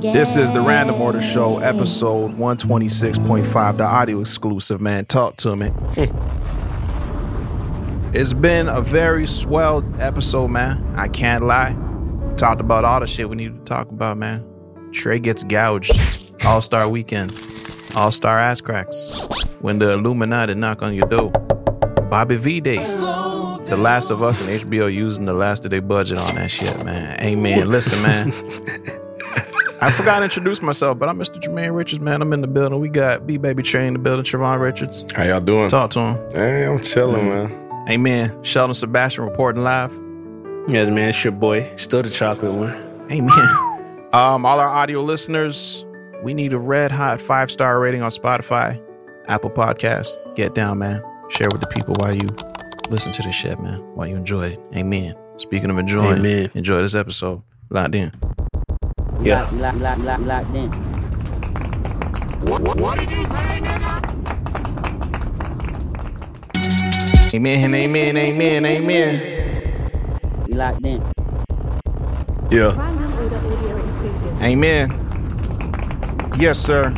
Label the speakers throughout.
Speaker 1: This is the Random Order Show, episode 126.5, the audio exclusive, man. Talk to me. it's been a very swell episode, man. I can't lie. Talked about all the shit we need to talk about, man. Trey gets gouged. All Star Weekend. All Star Ass Cracks. When the Illuminati knock on your door. Bobby V Day. The Last of Us and HBO using the last of their budget on that shit, man. Amen. Listen, man. I forgot to introduce myself, but I'm Mr. Jermaine Richards, man. I'm in the building. We got B Baby Train in the building, Trevon Richards.
Speaker 2: How y'all doing?
Speaker 1: Talk to him.
Speaker 2: Hey, I'm chilling,
Speaker 3: Mm.
Speaker 2: man.
Speaker 1: Amen. Sheldon Sebastian reporting live.
Speaker 3: Yes, man, it's your boy. Still the chocolate one.
Speaker 1: Amen. Um, all our audio listeners, we need a red hot five star rating on Spotify, Apple Podcasts. Get down, man. Share with the people while you listen to this shit, man. While you enjoy it. Amen. Speaking of enjoying,
Speaker 3: Amen.
Speaker 1: enjoy this episode. Locked in.
Speaker 3: Yeah.
Speaker 4: Lock, lock, lock, locked in.
Speaker 1: Amen. Amen. Amen. Amen.
Speaker 4: Locked in.
Speaker 2: Yeah.
Speaker 5: Random Order Audio Exclusive.
Speaker 1: Amen. Yes, sir.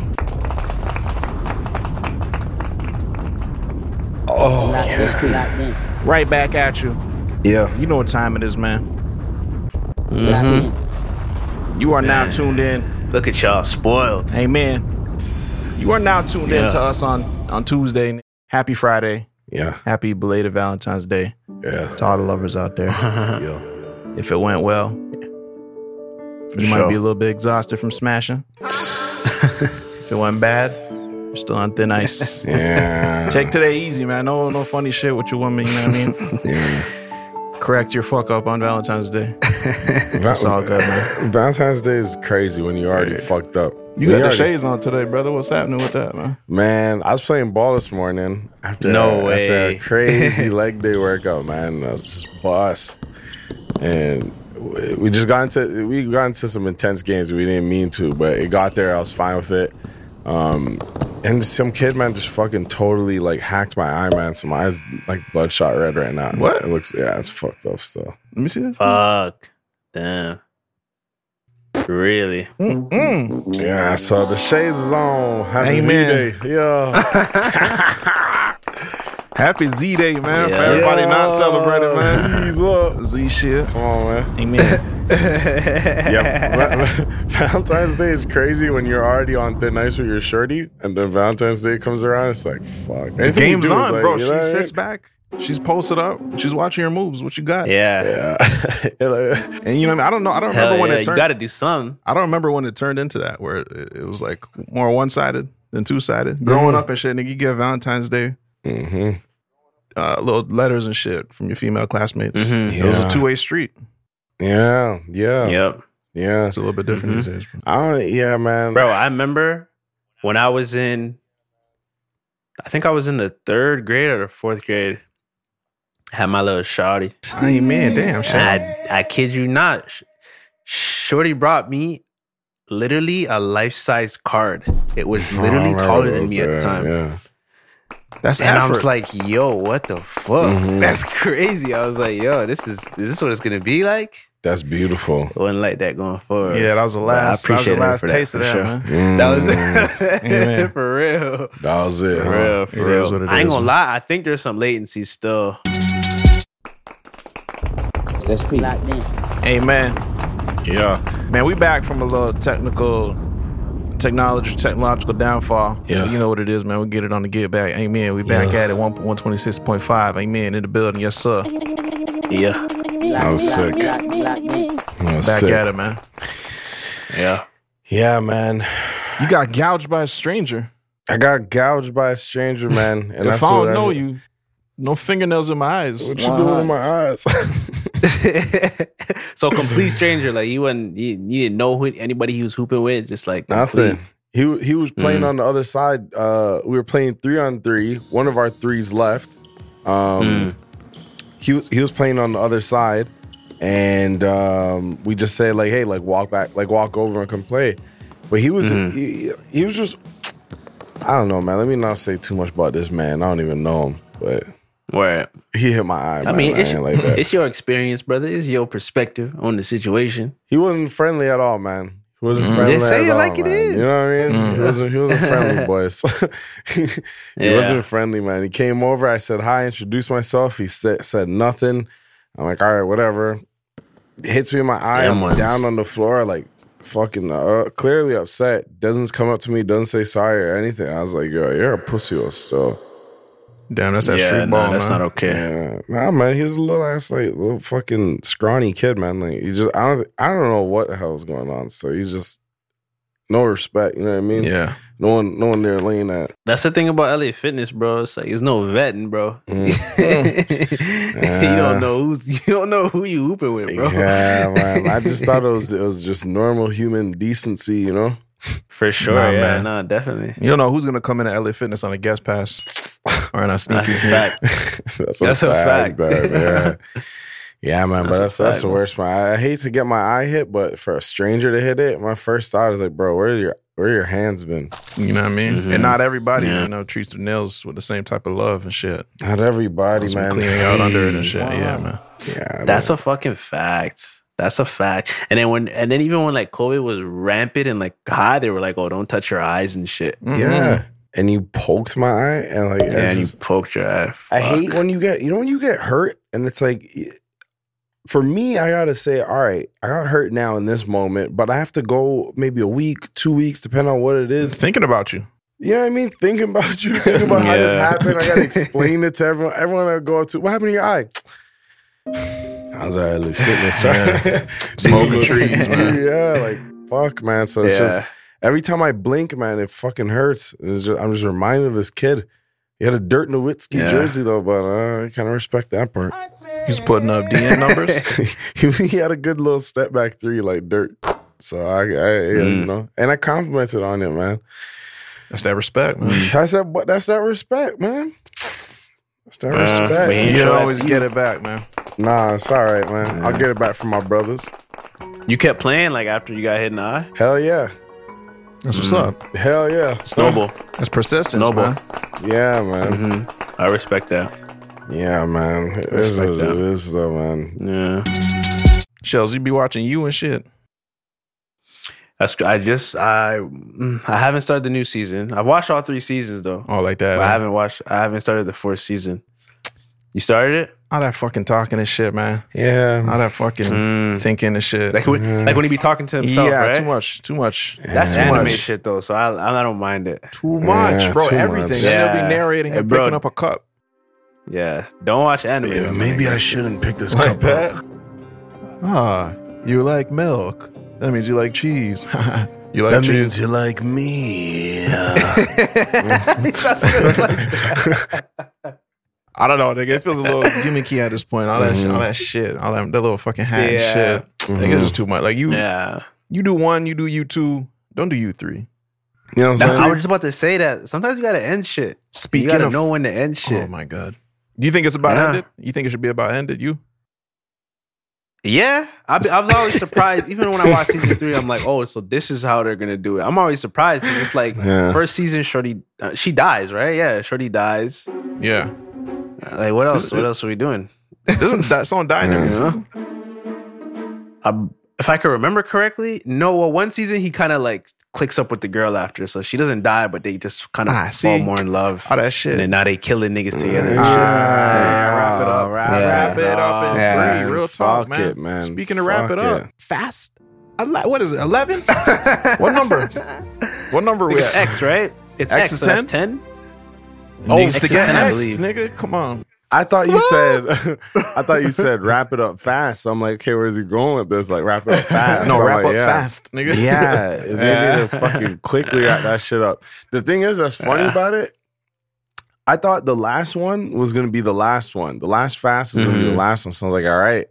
Speaker 2: Oh,
Speaker 4: Locked in. Locked in.
Speaker 1: Right back at you.
Speaker 2: yeah.
Speaker 1: You know what time it is, man.
Speaker 4: Locked in.
Speaker 1: You are now tuned in.
Speaker 3: Look at y'all, spoiled.
Speaker 1: Amen. You are now tuned in to us on on Tuesday. Happy Friday.
Speaker 2: Yeah.
Speaker 1: Happy belated Valentine's Day
Speaker 2: Yeah.
Speaker 1: to all the lovers out there.
Speaker 2: Yeah.
Speaker 1: if it went well, you might
Speaker 3: sure.
Speaker 1: be a little bit exhausted from smashing. if it went bad, you're still on thin ice.
Speaker 2: Yeah.
Speaker 1: Take today easy, man. No, no funny shit with your woman. You know what I mean?
Speaker 2: yeah.
Speaker 1: Correct your fuck up on Valentine's Day.
Speaker 2: That's
Speaker 1: all good, man.
Speaker 2: Valentine's Day is crazy when you already fucked up.
Speaker 1: You got
Speaker 2: When
Speaker 1: the
Speaker 2: already-
Speaker 1: shades on today, brother. What's happening with that, man?
Speaker 2: Man, I was playing ball this morning after,
Speaker 3: No
Speaker 2: after
Speaker 3: way.
Speaker 2: a crazy leg day workout, man. I was just boss. And we we just got into we got into some intense games we didn't mean to, but it got there, I was fine with it. Um and some kid man just fucking totally like hacked my eye, man. So my eyes like bloodshot red right now.
Speaker 1: What?
Speaker 2: It looks yeah, it's fucked up still.
Speaker 1: Let me see that.
Speaker 3: Fuck. Damn. Really?
Speaker 2: Yeah, so the shades is on. Happy
Speaker 1: Amen.
Speaker 2: Amen. Day. Yeah.
Speaker 1: Happy Z Day, man.
Speaker 3: Yeah.
Speaker 1: For everybody not
Speaker 2: Yeah.
Speaker 1: celebrating, man.
Speaker 2: Ease up.
Speaker 1: Z shit.
Speaker 2: Come on, man.
Speaker 1: Amen.
Speaker 2: yeah, Valentine's Day is crazy when you're already on thin ice with your shorty, and then Valentine's Day comes around. It's like fuck. Anything you
Speaker 1: Game's
Speaker 2: do is
Speaker 1: on,
Speaker 2: like,
Speaker 1: bro.
Speaker 2: you
Speaker 1: She
Speaker 2: know what I
Speaker 1: sits
Speaker 2: mean?
Speaker 1: back. She's posted up. She's watching your moves. What you got?
Speaker 3: Yeah.
Speaker 2: Yeah. Like,
Speaker 1: And you know what I mean? I don't know. I don't
Speaker 3: Hell
Speaker 1: remember when
Speaker 3: yeah,
Speaker 1: it
Speaker 3: you
Speaker 1: turned.
Speaker 3: gotta do something.
Speaker 1: I don't remember when it turned into that, where it, it was like more one sided than two sided.
Speaker 3: Mm-hmm.
Speaker 1: Growing up and shit, nigga, you get Valentine's Day
Speaker 2: mhm.
Speaker 1: uh, little letters and shit from your female classmates.
Speaker 3: Mhm.
Speaker 1: It was a
Speaker 2: Yeah.
Speaker 1: two way street.
Speaker 2: Yeah, yeah, yeah,
Speaker 3: Yep.
Speaker 1: It's a little bit different
Speaker 3: Mhm.
Speaker 1: these days. Bro.
Speaker 2: I don't, yeah, man.
Speaker 3: Bro, I remember when I was in I think I was in the third grade or the fourth grade. Had my little shawty.
Speaker 1: Amen. Damn, shit.
Speaker 3: And I, I kid you not. Sh- Shorty brought me literally a life size card. It was
Speaker 2: I don't
Speaker 3: literally
Speaker 2: remember
Speaker 3: taller than
Speaker 2: those,
Speaker 3: me at the
Speaker 2: yeah,
Speaker 3: time.
Speaker 2: Yeah,
Speaker 1: That's
Speaker 3: And I was
Speaker 1: effort.
Speaker 3: like, yo, what the fuck?
Speaker 2: Mhm.
Speaker 3: That's crazy. I was like, yo, this is, is this what it's gonna be like?
Speaker 2: that's beautiful.
Speaker 3: It wasn't like that going forward.
Speaker 1: yeah, that was the
Speaker 3: But I
Speaker 1: last, that was the
Speaker 3: appreciate her
Speaker 1: last
Speaker 3: for that,
Speaker 1: taste
Speaker 3: for
Speaker 1: of that,
Speaker 3: sure. Mm-hmm.
Speaker 1: man.
Speaker 2: Mm,
Speaker 3: that
Speaker 1: Amen.
Speaker 3: was for real.
Speaker 2: that was it.
Speaker 3: For
Speaker 2: huh?
Speaker 3: real,
Speaker 1: It
Speaker 3: for real.
Speaker 1: is what it
Speaker 3: Uh-huh. I ain't
Speaker 1: is,
Speaker 3: gonna
Speaker 1: man.
Speaker 3: lie, I think there's some latency still.
Speaker 4: That's Pete. Locked in.
Speaker 1: Amen.
Speaker 2: Yeah,
Speaker 1: Man, we back from a little technical technology technological downfall.
Speaker 2: Yeah.
Speaker 1: You know what it is, man. We get it on the get back. Amen. We back at it. One one twenty six point five. Amen. In the building. Yes, sir.
Speaker 3: Yeah.
Speaker 2: I was sick.
Speaker 4: Locked, locked in.
Speaker 2: I was
Speaker 1: Back
Speaker 2: sick.
Speaker 1: at it, man.
Speaker 3: Yeah.
Speaker 2: Yeah, man.
Speaker 1: You got gouged by a stranger.
Speaker 2: I got gouged by a stranger, man. And
Speaker 1: if
Speaker 2: that's
Speaker 1: I
Speaker 2: what
Speaker 1: don't know you, no fingernails in my eyes.
Speaker 2: What you doing in my eyes?
Speaker 3: so complete stranger, like you wasn't you, you didn't know who anybody he was hooping with, just like complete
Speaker 2: Nothing. He w- he was playing
Speaker 3: Mm.
Speaker 2: on the other side. Uh, we were playing three on three. One of our threes left.
Speaker 3: Mm.
Speaker 2: Um, He was he was playing on the other side, and um, we just say like, hey, like walk back, like walk over and come play. But he was
Speaker 3: Mm.
Speaker 2: he, he was just I don't know, man. Let me not say too much about this man. I don't even know him, but
Speaker 3: Where
Speaker 2: he hit my eye.
Speaker 3: I mean, it's,
Speaker 2: like that.
Speaker 3: it's your experience, brother. It's your perspective on the situation.
Speaker 2: He wasn't friendly at all, man. He wasn't friendly.
Speaker 3: Just say
Speaker 2: at
Speaker 3: it
Speaker 2: all,
Speaker 3: like it
Speaker 2: man.
Speaker 3: is.
Speaker 2: You know what I mean? He wasn't. He wasn't friendly, boys. he
Speaker 3: Mm-hmm. Yeah.
Speaker 2: wasn't friendly, man. He came over. I said hi, introduced myself. He said said nothing. I'm like, all right, whatever. Hits me in my eye.
Speaker 3: Them
Speaker 2: I'm
Speaker 3: ones.
Speaker 2: down on the floor, like fucking uh, clearly upset. Doesn't come up to me. Doesn't say sorry or anything. I was like, yo, you're a pussy or still.
Speaker 1: Damn, that's that
Speaker 3: yeah,
Speaker 1: street
Speaker 3: no,
Speaker 1: ball.
Speaker 3: that's
Speaker 1: man.
Speaker 3: not okay.
Speaker 2: Yeah, nah, man, he was a little ass, like little fucking scrawny kid, man. Like you just, I don't, I don't know what the hell was going on. So he's just no respect. You know what I mean?
Speaker 1: Yeah.
Speaker 2: No one, no one there laying that.
Speaker 3: That's the thing about LA Fitness, bro. It's like it's no vetting, bro.
Speaker 2: Mm.
Speaker 3: you
Speaker 2: Yeah.
Speaker 3: don't know who's you don't know who you hooping with, bro.
Speaker 2: Yeah, man. I just thought it was, it was just normal human decency. You know?
Speaker 3: For sure,
Speaker 1: Nah,
Speaker 3: yeah,
Speaker 1: man.
Speaker 3: nah, definitely.
Speaker 1: You don't know who's gonna come into LA Fitness on a guest pass or on a
Speaker 3: That's
Speaker 1: sneaky
Speaker 3: a
Speaker 1: sneak.
Speaker 3: fact.
Speaker 2: that's
Speaker 3: That's a fact.
Speaker 2: though, yeah. Yeah, man, but
Speaker 3: That's
Speaker 2: that's
Speaker 3: a
Speaker 2: that's
Speaker 3: fact,
Speaker 2: the
Speaker 3: man.
Speaker 2: worst. Man, I hate to get my eye hit, but for a stranger to hit it, my first thought is like, bro, where your where your hands been?
Speaker 1: You know what I mean? And not everybody,
Speaker 3: Mm-hmm. Yeah.
Speaker 1: you know, treats their nails with the same type of love and shit.
Speaker 2: Not everybody,
Speaker 1: Some
Speaker 2: man.
Speaker 1: cleaning out under it and shit. Yeah, man.
Speaker 2: Yeah,
Speaker 3: That's a fucking fact. That's a fact. And then when and then even when like COVID was rampant and like high, they were like, "Oh, don't touch your eyes and shit."
Speaker 2: Mm, Yeah. Mm-hmm. And you poked my eye and like
Speaker 3: Yeah,
Speaker 2: I,
Speaker 3: and you
Speaker 2: just-
Speaker 3: poked your eye.
Speaker 2: I
Speaker 3: Fuck.
Speaker 2: hate when you get you know when you get hurt and it's like for me I got to say all right, I got hurt now in this moment, but I have to go maybe a week, 2 weeks depending on what it
Speaker 1: It's
Speaker 3: Mm.
Speaker 2: is.
Speaker 1: thinking about you.
Speaker 2: You know what I mean? Thinking about you, thinking about how this
Speaker 3: Yeah.
Speaker 2: happened, I got to explain it to everyone. Everyone I go up to, what happened to your eye? I was at LA Fitness, right?
Speaker 1: Smoking trees, man.
Speaker 2: yeah, like fuck, man. So it's
Speaker 3: Yeah.
Speaker 2: just every time I blink, man, it fucking hurts. It's just, I'm just reminded of this kid. He had a dirt Nowitzki
Speaker 3: Yeah.
Speaker 2: jersey though, but uh, I kind of respect that part.
Speaker 1: He's putting up DN numbers.
Speaker 2: he, he had a good little step back three, like dirt. So I, I you
Speaker 3: Mm.
Speaker 2: know, and I complimented on it, man.
Speaker 1: That's that respect, man.
Speaker 2: I said, but that's that respect, man. That's that
Speaker 3: Uh,
Speaker 2: respect.
Speaker 3: we ain't
Speaker 1: You
Speaker 3: sure
Speaker 1: don't
Speaker 3: that's
Speaker 1: always
Speaker 3: you.
Speaker 1: get it back, man.
Speaker 2: Nah, it's all right, man. I'll get it back from my brothers.
Speaker 3: You kept playing like after you got hit in the eye.
Speaker 2: Hell yeah,
Speaker 1: That's what's up.
Speaker 2: hell yeah,
Speaker 3: Snowball,
Speaker 1: That's persistence,
Speaker 3: snowball.
Speaker 1: man.
Speaker 2: yeah, man.
Speaker 3: I respect that.
Speaker 2: Yeah, man. It is
Speaker 3: Respect
Speaker 2: what
Speaker 3: that.
Speaker 2: it is, though, man.
Speaker 3: Yeah.
Speaker 1: Shells, you be watching you and shit.
Speaker 3: That's I just I mm, I haven't started the new season. I've watched all three seasons though.
Speaker 1: All like that.
Speaker 3: But I
Speaker 1: huh?
Speaker 3: haven't watched I haven't started the fourth season. You started it?
Speaker 1: All that fucking talking and shit, man.
Speaker 2: Yeah,
Speaker 1: All that fucking
Speaker 3: Mm.
Speaker 1: thinking and shit.
Speaker 3: Like when like when he be talking to himself,
Speaker 1: Mm. yeah,
Speaker 3: right?
Speaker 1: too much, too much.
Speaker 3: That's
Speaker 1: too
Speaker 3: anime
Speaker 1: much.
Speaker 3: shit though, so I I don't mind it.
Speaker 1: Too much,
Speaker 2: Yeah,
Speaker 1: bro.
Speaker 2: too
Speaker 1: everything.
Speaker 2: much.
Speaker 1: Yeah. She'll
Speaker 3: Yeah.
Speaker 1: be narrating
Speaker 3: Hey,
Speaker 1: and
Speaker 3: bro.
Speaker 1: picking up a cup.
Speaker 3: Yeah. Don't watch anime.
Speaker 2: Yeah,
Speaker 3: my
Speaker 2: maybe
Speaker 3: nigga.
Speaker 2: I shouldn't pick this
Speaker 1: Like
Speaker 2: cup up.
Speaker 1: that. Ah, you like milk. That means you like cheese. you like
Speaker 2: That means
Speaker 1: cheese.
Speaker 2: you like me.
Speaker 1: I don't know, nigga. It feels a little gimmicky at this point. All that, shit, all that shit, all that, that little fucking hat and
Speaker 3: Yeah.
Speaker 1: shit. Nigga, it's just too much. Like you,
Speaker 3: Yeah.
Speaker 1: you do one, you do you two. Don't do you three.
Speaker 2: You know what
Speaker 3: I
Speaker 2: I'm
Speaker 3: was just about to say that. Sometimes you gotta end shit.
Speaker 1: Speaking
Speaker 3: you gotta
Speaker 1: of-
Speaker 3: know when to end shit.
Speaker 1: Oh my god. Do you think it's about
Speaker 3: Yeah.
Speaker 1: ended? You think it should be about ended? You?
Speaker 3: Yeah, I, be, I was always surprised. Even when I watched season three, I'm like, oh, so this is how they're gonna do it. I'm always surprised 'cause it's like
Speaker 2: Yeah.
Speaker 3: first season, Shorty, uh, she dies, right? Yeah, Shorty dies.
Speaker 1: Yeah.
Speaker 3: Like, what else? What else are we doing?
Speaker 1: Doesn't that someone die in every
Speaker 3: Yeah.
Speaker 1: season?
Speaker 3: I, Um, if I can remember correctly, no. Well, one season he kind of like clicks up with the girl after, so she doesn't die, but they just kind of
Speaker 1: Ah,
Speaker 3: fall
Speaker 1: see?
Speaker 3: more in love.
Speaker 1: All that shit.
Speaker 3: And then now they killing niggas together. and
Speaker 1: Ah, wrap it up.
Speaker 2: Wrap-
Speaker 1: Wrap it up in
Speaker 2: Yeah.
Speaker 1: three. Real talk,
Speaker 2: Fuck
Speaker 1: man.
Speaker 2: it, man.
Speaker 1: Speaking of wrap
Speaker 2: Fuck
Speaker 1: it up,
Speaker 2: it.
Speaker 1: fast. Ele- what is it? Eleven? what number? What number
Speaker 3: shit.
Speaker 1: we
Speaker 3: It's
Speaker 1: at?
Speaker 3: X, right? It's
Speaker 1: X
Speaker 3: X.
Speaker 1: is
Speaker 3: so that's ten. Niggas
Speaker 1: to
Speaker 3: is
Speaker 1: get
Speaker 3: 10, I
Speaker 1: X,
Speaker 3: believe.
Speaker 1: nigga. Come on.
Speaker 2: I thought you said, I thought you said wrap it up fast. I'm like, okay, where's he going with this? Like wrap it up fast.
Speaker 1: No,
Speaker 2: I'm
Speaker 1: wrap
Speaker 2: like,
Speaker 1: up
Speaker 2: yeah.
Speaker 1: fast, nigga.
Speaker 2: Yeah, they need to fucking quickly wrap that shit up. The thing is, that's funny about it. I
Speaker 1: Mm-hmm.
Speaker 2: thought the last one was gonna be the last one. The last fast is gonna be the last one. So I was like, all right.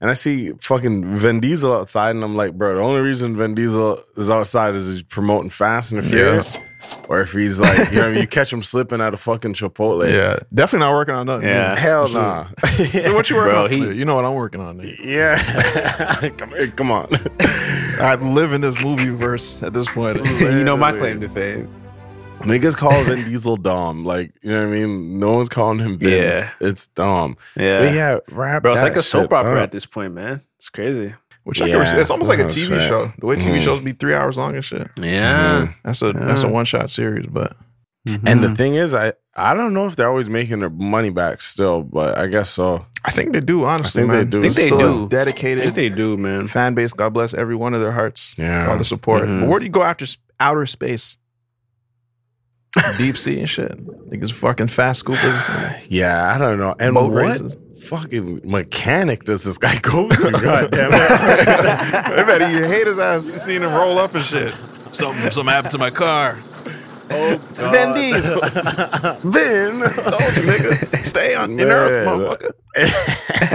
Speaker 2: and I see fucking Vin Diesel outside, and I'm like, bro, the only reason Vin Diesel is outside is he's promoting Fast and the Furious, or if he's like, you know, you catch him slipping at a fucking Chipotle.
Speaker 1: Yeah, definitely not working on nothing.
Speaker 3: Yeah.
Speaker 2: Hell
Speaker 1: Sure.
Speaker 2: nah.
Speaker 1: So what you working
Speaker 3: Bro,
Speaker 1: on?
Speaker 3: he-
Speaker 1: Clear? you know what I'm working on. Nigga.
Speaker 2: yeah. come, here, come on.
Speaker 1: I live in this movie verse at this point.
Speaker 3: you know my claim to fame.
Speaker 2: Niggas call Vin Diesel Dom. Like, you know what I mean? No one's calling him Vin.
Speaker 3: Yeah.
Speaker 2: It's Dom.
Speaker 3: Yeah.
Speaker 2: But yeah, rap.
Speaker 3: Bro, it's
Speaker 2: that
Speaker 3: like a soap
Speaker 2: shit
Speaker 3: opera
Speaker 2: up.
Speaker 3: at this point, man. It's crazy.
Speaker 1: Which I can respect.
Speaker 2: Yeah.
Speaker 1: It's Mm-hmm. almost like a
Speaker 2: That's
Speaker 1: TV
Speaker 2: right.
Speaker 1: show. The way TV
Speaker 2: Mhm.
Speaker 1: shows be three hours long and shit.
Speaker 3: Yeah.
Speaker 1: That's a that's a one shot series, but
Speaker 2: And
Speaker 3: Mm-hmm.
Speaker 2: the thing is, I I don't know if they're always making their money back still, but I guess so.
Speaker 1: I think they do honestly.
Speaker 2: I think they
Speaker 1: man.
Speaker 2: do. I
Speaker 3: think they
Speaker 1: Still
Speaker 3: do.
Speaker 1: a
Speaker 3: I
Speaker 1: Dedicated
Speaker 3: think they do, man.
Speaker 1: fan base. God bless every one of their hearts.
Speaker 2: Yeah.
Speaker 1: for all the support.
Speaker 3: Mhm.
Speaker 1: But where do you go after s- outer space? Deep sea and shit. Niggas fucking fast scoopers.
Speaker 2: Yeah, I don't know. And
Speaker 1: Boat
Speaker 2: what
Speaker 1: races.
Speaker 2: fucking mechanic does this guy go to? God damn it.
Speaker 1: I bet you hate his ass seeing him roll up and shit. Something something happened to my car.
Speaker 2: Vin Diesel. Vin.
Speaker 1: Told you, nigga. Stay on in Earth, motherfucker.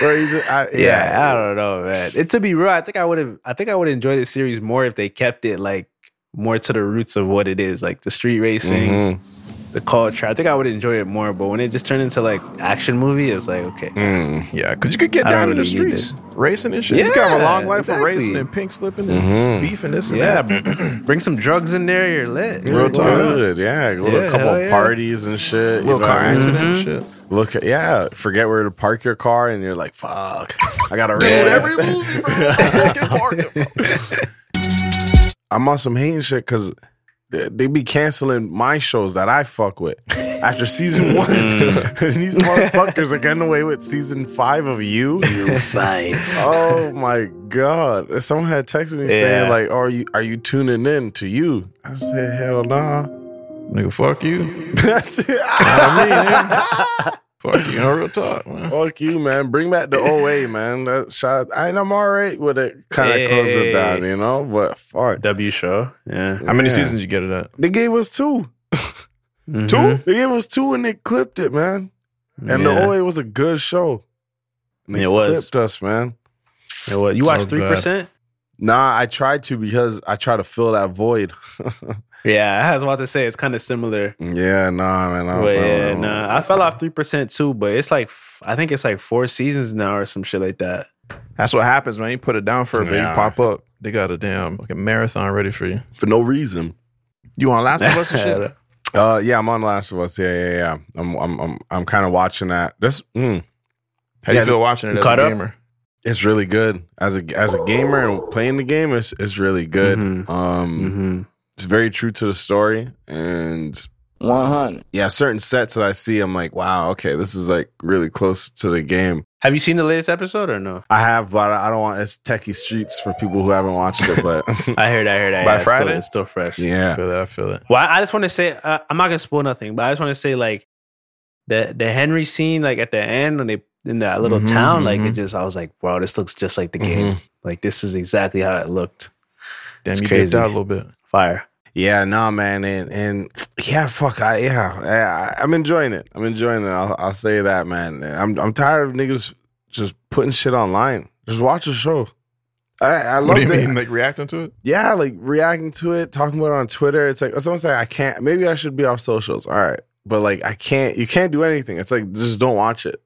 Speaker 2: Where he's, I, yeah,
Speaker 3: Yeah, I don't know, man. It, to be real, I think I would have. I think I would enjoy the series more if they kept it like more to the roots of what it is, like the street racing,
Speaker 2: Mhm.
Speaker 3: the culture. I think I would enjoy it more. But when it just turned into like action movie, it's like okay,
Speaker 2: Mm.
Speaker 1: Yeah, because you could get
Speaker 3: I
Speaker 1: down
Speaker 3: don't
Speaker 1: to the
Speaker 3: really need
Speaker 1: streets racing and shit. you could have a
Speaker 3: Yeah,
Speaker 1: long life of
Speaker 3: exactly. Mm-hmm.
Speaker 1: racing and pink slipping and beef and this and
Speaker 3: yeah,
Speaker 1: that.
Speaker 3: br- bring some drugs in there, you're lit.
Speaker 2: Real
Speaker 1: Real talk.
Speaker 2: good, yeah. A little
Speaker 3: Yeah,
Speaker 2: couple
Speaker 3: hell yeah.
Speaker 2: parties and shit. you
Speaker 1: Little
Speaker 2: know
Speaker 1: car
Speaker 2: what I mean?
Speaker 1: accident and shit.
Speaker 3: Mm-hmm.
Speaker 2: Look, yeah. Forget where to park your car, and you're like, "Fuck, I gotta dude."
Speaker 1: every movie, bro. Fucking parking.
Speaker 2: I'm on some hating shit because they be canceling my shows that I fuck with after season one. and these motherfuckers are getting away with season five of you. You five. Oh my god! Someone had texted me saying
Speaker 3: Yeah.
Speaker 2: like, "Are you are you tuning in to you?" I said, "Hell nah."
Speaker 1: Nigga, fuck you.
Speaker 2: That's it.
Speaker 1: Fuck you. No real talk, man.
Speaker 2: Fuck you, man. Bring back the OA, man. That shot. I, I'm all right with it. Kind of close it
Speaker 3: Hey.
Speaker 2: down, you know? But fuck.
Speaker 3: W show, yeah,
Speaker 1: How many
Speaker 2: Yeah.
Speaker 1: seasons you get it at?
Speaker 2: They gave us two.
Speaker 3: Mhm.
Speaker 2: They gave us two and they clipped it, man. And
Speaker 3: Yeah.
Speaker 2: the OA was a good show. And they
Speaker 3: It was.
Speaker 2: clipped us, man.
Speaker 3: Yeah, what, you
Speaker 1: So
Speaker 3: watched three percent.
Speaker 2: Nah, I tried to because I try to fill that void.
Speaker 3: Yeah, I was about to say it's kind of similar.
Speaker 2: yeah, nah, man. I,
Speaker 3: But
Speaker 2: I-
Speaker 3: yeah, nah, I fell off three percent too. But it's like f- I think it's like four seasons now or some shit like that.
Speaker 1: That's what happens, man. You put it down for a bit,
Speaker 2: Yeah.
Speaker 1: you pop up. They got a damn fucking marathon ready for you.
Speaker 2: For no reason.
Speaker 1: You on Last of Us and shit?
Speaker 2: Uh, yeah, I'm on Last of Us. Yeah, yeah, yeah. I'm, I'm, I'm, I'm kind of watching that. This, mm,
Speaker 1: How
Speaker 2: Yeah,
Speaker 1: you feel watching it as a
Speaker 3: caught up?
Speaker 1: gamer?
Speaker 2: It's really good as a as a gamer and playing the game. It's it's really good.
Speaker 3: Mhm.
Speaker 2: Um,
Speaker 3: Mm-hmm.
Speaker 2: it's very true to the story, and
Speaker 4: 100.
Speaker 2: yeah, certain sets that I see, I'm like, wow, okay, this is like really close to the game.
Speaker 3: Have you seen the latest episode or no?
Speaker 2: I have, but I don't want it's techie streets for people who haven't watched it. But
Speaker 3: I heard, I heard, I
Speaker 1: By
Speaker 3: heard. It's still-
Speaker 1: Friday?
Speaker 3: it's still fresh.
Speaker 1: I
Speaker 2: yeah,
Speaker 1: feel that. I feel it.
Speaker 3: Well, I I just want to say uh, I'm not gonna spoil nothing, but I just want to say like the the Henry scene, like at the end when they in that little
Speaker 1: Mhm,
Speaker 3: town, like
Speaker 1: mhm.
Speaker 3: it just I was like, wow, this looks just like the game. Like this is exactly how it looked.
Speaker 1: Damn,
Speaker 3: It's
Speaker 1: you
Speaker 3: crazy.
Speaker 1: dipped out a little bit.
Speaker 3: Fire.
Speaker 2: yeah, nah, man, and and yeah, fuck, I yeah, yeah I, I'm enjoying it. I'm enjoying it. I'll, I'll say that, man. I'm I'm tired of niggas just putting shit online. Just watch the show. I, I love
Speaker 1: What do you
Speaker 2: it.
Speaker 1: mean? Like reacting to it?
Speaker 2: yeah, like reacting to it, talking about it on Twitter. It's like someone's like, I can't. Maybe I should be off socials. All right, but like I can't. You can't do anything. It's like just don't watch it.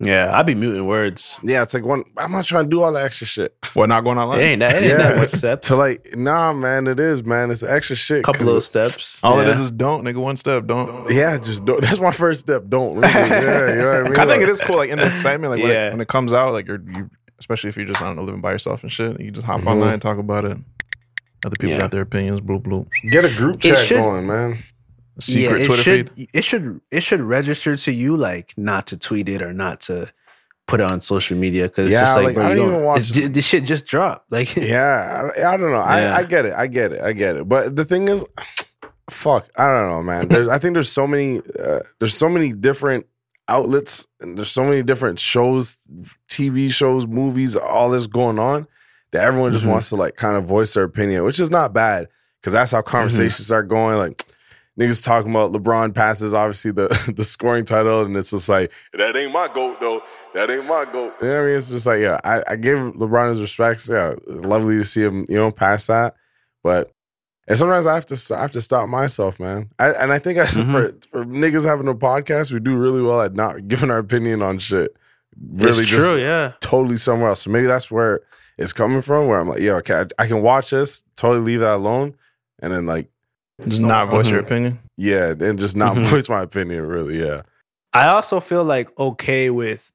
Speaker 3: Yeah, I'd be muting words.
Speaker 2: Yeah, it's like one. I'm not trying to do all the extra shit.
Speaker 1: What? Not going
Speaker 3: It
Speaker 1: online?
Speaker 3: ain't that, it ain't
Speaker 2: Yeah.
Speaker 3: that much steps.
Speaker 2: To like, nah, man, it is, man. It's extra shit.
Speaker 3: a couple
Speaker 2: 'cause
Speaker 3: little
Speaker 2: it-
Speaker 3: steps.
Speaker 1: All it
Speaker 3: Yeah.
Speaker 1: is is don't, nigga. One step, don't.
Speaker 2: Yeah, just don't. That's my first step. Don't. Really. Yeah, you know what I mean.
Speaker 1: I think
Speaker 2: Like,
Speaker 1: it is cool, like in the excitement, like when,
Speaker 3: Yeah.
Speaker 1: it, when it comes out, like you're, you, especially if you're just I don't know living by yourself and shit, you just hop online and talk about it. Other people
Speaker 3: Mm-hmm. Yeah.
Speaker 1: got their opinions, blue blue.
Speaker 2: Get a group chat
Speaker 3: should-
Speaker 2: going, man.
Speaker 1: Secret
Speaker 3: it
Speaker 1: Twitter
Speaker 3: should,
Speaker 1: feed.
Speaker 3: It should it should register to you like not to tweet it or not to put it on social media because
Speaker 2: Yeah,
Speaker 3: it's just like,
Speaker 2: like,
Speaker 3: bro,
Speaker 2: I
Speaker 3: you
Speaker 2: don't
Speaker 3: don't-
Speaker 2: even watch
Speaker 3: it's- this shit just dropped. Like
Speaker 2: Yeah, I, I don't know. I,
Speaker 3: Yeah.
Speaker 2: I get it. I get it. I get it. But the thing is, fuck, I don't know, man. There's, I think there's so many, uh, there's so many different outlets, and there's so many different shows, TV shows, movies, all this going on that everyone just
Speaker 3: Mhm.
Speaker 2: wants to like kind of voice their opinion, which is not bad because that's how conversations start going. Like, niggas talking about LeBron passes obviously the the scoring title, and it's just like that ain't my goat though. That ain't my goat. You know what I mean? It's just like yeah, I, I give LeBron his respects. Yeah, lovely to see him you know pass that, but. And sometimes I have to st- I have to stop myself, man. I, and I think I,
Speaker 1: Mm-hmm.
Speaker 2: for, for niggas having a podcast, we do really well at not giving our opinion on shit. Really,
Speaker 3: it's
Speaker 2: just
Speaker 3: true. Yeah.
Speaker 2: totally somewhere else. So maybe that's where it's coming from. Where I'm like, yeah, okay, I, I can watch this, totally leave that alone, and then like, Mm-hmm.
Speaker 1: Just not voice
Speaker 3: Mm-hmm.
Speaker 1: your Mm-hmm. opinion.
Speaker 2: yeah, and just not
Speaker 3: Mhm.
Speaker 2: voice my opinion. Really, yeah,
Speaker 3: I also feel like okay with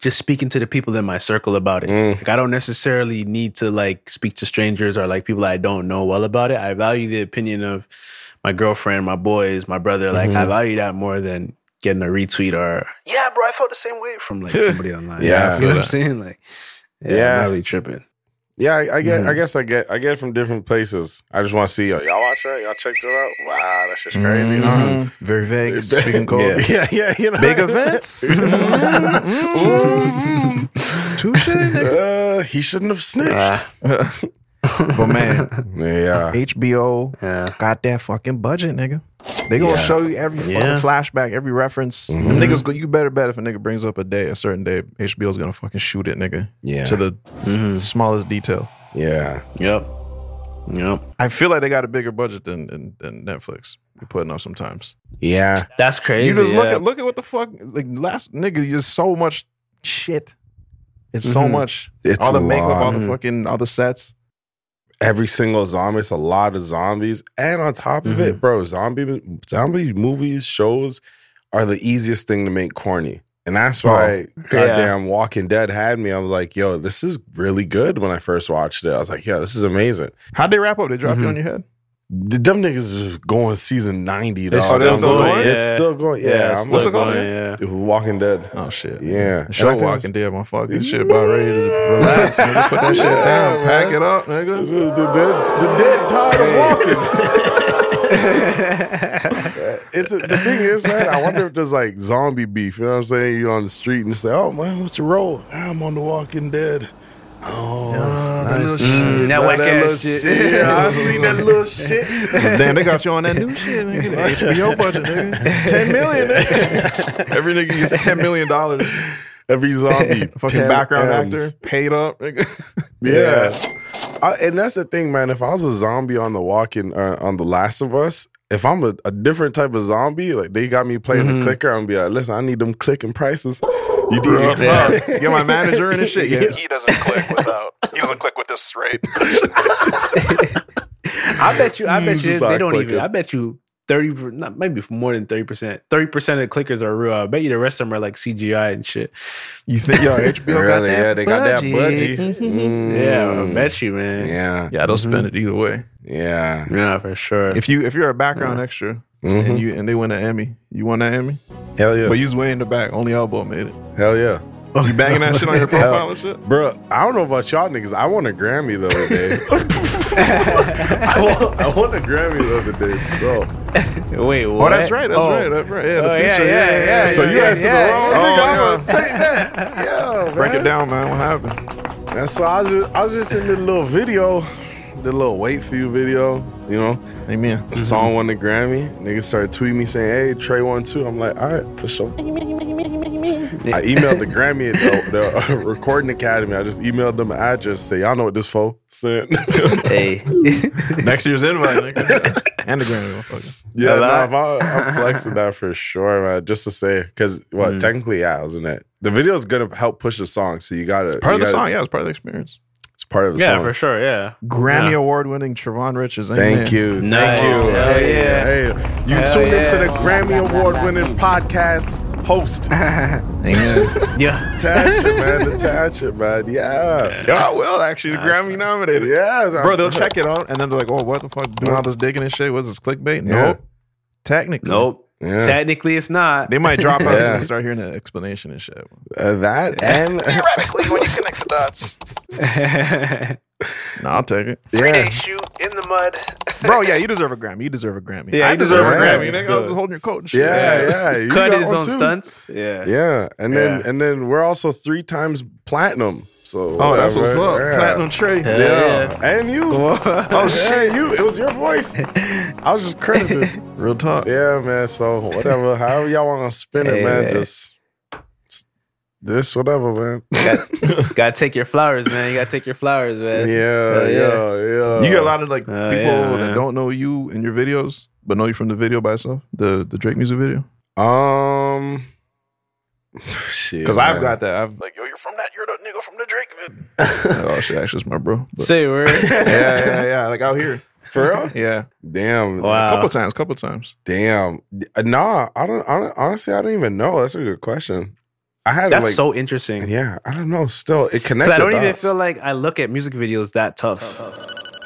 Speaker 3: just speaking to the people in my circle about it.
Speaker 2: Mm.
Speaker 3: Like I don't necessarily need to like speak to strangers or like people I don't know well about it. I value the opinion of my girlfriend, my boys, my brother. Like
Speaker 1: Mm-hmm.
Speaker 3: I value that more than getting a retweet or yeah, bro, I felt the same way from like somebody online.
Speaker 2: Yeah, I
Speaker 3: you
Speaker 2: feel
Speaker 3: know what I'm
Speaker 2: that.
Speaker 3: saying? Like yeah,
Speaker 2: Yeah.
Speaker 3: I'm not really tripping.
Speaker 2: yeah. I, I get.
Speaker 1: Mm-hmm.
Speaker 3: Mhm.
Speaker 2: I guess I get. I get it from different places. I just want to see. Yo, y'all watch that? Y'all checked it out? Wow, that's just crazy. huh?
Speaker 3: Mm-hmm.
Speaker 1: Mhm. Very vague. Speaking cold.
Speaker 2: Yeah. yeah, yeah, you know.
Speaker 1: Big events. Mm-hmm.
Speaker 2: Mm,
Speaker 3: Mm-hmm.
Speaker 1: Touche. nigga.
Speaker 2: uh, he shouldn't have snitched.
Speaker 1: but man,
Speaker 2: yeah,
Speaker 1: HBO
Speaker 3: Yeah.
Speaker 1: got that fucking budget, nigga. They gonna show you every fucking
Speaker 3: Yeah.
Speaker 1: flashback, every reference. Them niggas, go, you better bet if a nigga brings up a day, a certain day, HBO's gonna fucking shoot it, nigga.
Speaker 2: Yeah.
Speaker 1: To the smallest detail.
Speaker 2: yeah.
Speaker 3: Yep. Yep.
Speaker 1: I feel like they got a bigger budget than than, than Netflix. You're putting up sometimes.
Speaker 2: Yeah,
Speaker 3: That's crazy.
Speaker 1: You just look
Speaker 3: yeah.
Speaker 1: at look at what the fuck like last nigga. There's so much shit. It's so much.
Speaker 2: It's
Speaker 1: all the
Speaker 2: a
Speaker 1: makeup,
Speaker 2: lot.
Speaker 1: all the fucking, all the sets.
Speaker 2: every single zombie. It's a lot of zombies, and on top of
Speaker 1: Mm-hmm.
Speaker 2: it, bro, zombie zombie movies shows are the easiest thing to make corny, and that's
Speaker 1: Oh,
Speaker 2: why goddamn Walking Dead had me. I was like, yo, this is really good. When I first watched it, I was like, yeah, this is amazing.
Speaker 1: How'd they wrap up? They dropped you on your head.
Speaker 2: The dumb niggas is going season ninety. dog.
Speaker 3: still
Speaker 2: Dumb
Speaker 3: still
Speaker 2: niggas.
Speaker 3: going?
Speaker 2: It's
Speaker 3: Yeah.
Speaker 2: still going. Yeah,
Speaker 3: Yeah, it's
Speaker 2: I'm
Speaker 3: still
Speaker 2: like,
Speaker 3: going,
Speaker 2: oh, Walking Dead.
Speaker 1: Oh shit.
Speaker 2: Yeah.
Speaker 1: The Show
Speaker 2: And I think-
Speaker 1: walking dead, motherfucker. This shit about ready to relax. nigga. Put that shit down. Pack it up,
Speaker 2: The,
Speaker 1: nigga.
Speaker 2: the, dead, the dead tired of walking. it's a, the thing is, man. I wonder if there's like zombie beef. You know what I'm saying? You're on the street and you say, "Oh man, what's the role? I'm on The Walking Dead." Oh, nice.
Speaker 3: Mm, that whack ass
Speaker 2: little
Speaker 3: shit.
Speaker 2: Yeah, I seen that little shit.
Speaker 1: Damn, they got you on that new shit, nigga. The HBO budget, nigga. Ten million. nigga. Every nigga gets ten million dollars.
Speaker 2: Every zombie,
Speaker 1: Fucking
Speaker 2: 10
Speaker 1: background
Speaker 2: M's.
Speaker 1: actor, paid up, nigga.
Speaker 2: Yeah, I, and that's the thing, man. If I was a zombie on The Walking uh, on The Last of Us. If I'm a, a different type of zombie, like they got me playing
Speaker 3: Mm-hmm.
Speaker 2: the clicker, I'm gonna be like, listen, I need them clicking prices. You do
Speaker 1: Get my manager in and shit. Yeah.
Speaker 6: He doesn't click without. He doesn't click with this rate.
Speaker 3: I bet you. I bet
Speaker 2: Mm,
Speaker 3: you.
Speaker 2: just
Speaker 3: They
Speaker 2: like
Speaker 3: don't even.
Speaker 2: clicking.
Speaker 3: I bet you thirty, per- not maybe more than thirty percent. Thirty percent of clickers are real. I bet you the rest of them are like CGI and shit.
Speaker 1: You think yo HBO got
Speaker 2: Really?
Speaker 1: that?
Speaker 2: Yeah, they got that budgie.
Speaker 3: Yeah, I
Speaker 2: Mm.
Speaker 3: bet you, man. Yeah,
Speaker 2: Yeah,
Speaker 1: Hmm. Yeah, they'll spend it either way.
Speaker 2: yeah.
Speaker 3: for sure.
Speaker 1: If you if you're a background extra and you and they win an Emmy, you won that Emmy.
Speaker 2: Hell Mm-hmm. yeah.
Speaker 1: But you was way in the back. Only elbow made it.
Speaker 2: Hell yeah.
Speaker 1: You banging that shit on your profile and shit.
Speaker 2: Bro, I don't know about y'all niggas. I won a Grammy the other day. I, won, I won a Grammy the other day, so.
Speaker 3: Wait,
Speaker 1: Oh,
Speaker 3: what?
Speaker 1: that's right. That's right. That's right. Yeah, the
Speaker 3: Oh, yeah,
Speaker 1: future.
Speaker 3: yeah, yeah, yeah,
Speaker 1: So you
Speaker 3: yeah,
Speaker 1: answered
Speaker 3: yeah,
Speaker 1: the wrong
Speaker 3: yeah.
Speaker 1: thing.
Speaker 3: Oh,
Speaker 1: I'm gonna take
Speaker 2: Yeah,
Speaker 1: Break it down, man. What happened?
Speaker 2: And so I was, just, I was just in the little video, the little wait for you video, you know.
Speaker 1: Amen.
Speaker 2: The song won the Grammy. Niggas started tweeting me saying, hey, Trey won too. I'm like, all right, for sure. I emailed the Grammy, the, the uh, Recording Academy. I just emailed them an address, say, y'all know what this for. Sent.
Speaker 3: Hey,
Speaker 1: Next year's invite, nigga. and the Grammy, motherfucker.
Speaker 2: Yeah,
Speaker 3: A lot.
Speaker 2: no, I'm, I'm flexing that for sure, man. Just to say, because well,
Speaker 3: Mm.
Speaker 2: technically, yeah, I was in it. The video is gonna help push the song, so you gotta
Speaker 1: Part of
Speaker 2: you
Speaker 1: the
Speaker 2: gotta-
Speaker 1: song, yeah, it's part of the experience.
Speaker 2: It's part of the
Speaker 3: yeah,
Speaker 2: song.
Speaker 3: for sure. Yeah,
Speaker 1: Grammy
Speaker 3: Yeah.
Speaker 1: award-winning Trevon Richards. Amen.
Speaker 2: Thank you,
Speaker 3: Nice.
Speaker 2: thank you.
Speaker 3: Hell
Speaker 2: hey,
Speaker 3: yeah.
Speaker 2: hey, you
Speaker 3: Hell
Speaker 2: tuned
Speaker 3: yeah.
Speaker 2: into the Grammy
Speaker 4: blah, blah,
Speaker 2: Award winning
Speaker 4: blah.
Speaker 2: podcast host.
Speaker 1: Amen.
Speaker 3: yeah.
Speaker 2: Attach it, man. Attach it, man. Yeah,
Speaker 1: yeah, I will actually. The Grammy nominated.
Speaker 2: yes, Uh,
Speaker 1: Bro, they'll check it out and then they're like, "Oh, what the fuck? Doing all this digging and shit? Was this clickbait?" Nope. Technically,
Speaker 3: Nope.
Speaker 2: Yeah.
Speaker 3: Technically, it's not.
Speaker 1: They might drop us
Speaker 2: Yeah.
Speaker 1: and start hearing an explanation and shit.
Speaker 2: Uh, that and
Speaker 6: Theoretically, when you connect the dots,
Speaker 1: No, I'll take it,
Speaker 6: three
Speaker 2: yeah.
Speaker 6: day shoot in the mud.
Speaker 1: bro. Yeah, you deserve a Grammy. You deserve a Grammy.
Speaker 3: Yeah,
Speaker 1: I
Speaker 3: you
Speaker 1: deserve,
Speaker 3: deserve
Speaker 2: a
Speaker 1: a Grammy.
Speaker 2: Grammy.
Speaker 1: Nigga, I was just holding your coat and shit.
Speaker 2: yeah, yeah. You
Speaker 3: Cut
Speaker 2: got
Speaker 3: his
Speaker 2: one
Speaker 3: own
Speaker 2: too.
Speaker 3: stunts. Yeah.
Speaker 2: Yeah, and then
Speaker 3: Yeah.
Speaker 2: and then we're also three times platinum. So
Speaker 1: Oh, that's what's
Speaker 2: whatever.
Speaker 1: up.
Speaker 2: Yeah.
Speaker 1: Platinum Trey.
Speaker 2: Yeah. and you. oh shit, you. It was your voice. I was just credited.
Speaker 1: Real talk.
Speaker 2: yeah, man. So whatever. However y'all want to spin it,
Speaker 3: Hey,
Speaker 2: man.
Speaker 3: man.
Speaker 2: Just, just this, whatever, man.
Speaker 3: Got, gotta take your flowers, man. You gotta take your flowers, man.
Speaker 2: yeah, yeah,
Speaker 3: Hell
Speaker 2: yeah.
Speaker 1: You get a lot of like
Speaker 3: Uh,
Speaker 1: people
Speaker 3: yeah,
Speaker 1: that
Speaker 3: man.
Speaker 1: don't know you in your videos, but know you from the video by itself, the the Drake music video.
Speaker 2: Um, shit.
Speaker 1: Because I've
Speaker 2: man.
Speaker 1: got that. I've like, yo, you're from that. You're the nigga from the Drake. vid- oh shit, actually, it's my bro. But-
Speaker 3: Say a word.
Speaker 1: yeah, yeah, yeah. Like out here,
Speaker 2: for real.
Speaker 1: yeah.
Speaker 2: Damn.
Speaker 1: A
Speaker 3: Wow.
Speaker 1: couple times, couple times.
Speaker 2: Damn. Nah, I don't, I don't. Honestly, I don't even know. That's a good question. I had
Speaker 3: That's
Speaker 2: like,
Speaker 3: so interesting.
Speaker 2: Yeah, I don't know. Still, it
Speaker 3: Because
Speaker 2: connected.
Speaker 3: I don't even
Speaker 2: dots.
Speaker 3: feel like I look at music videos that tough.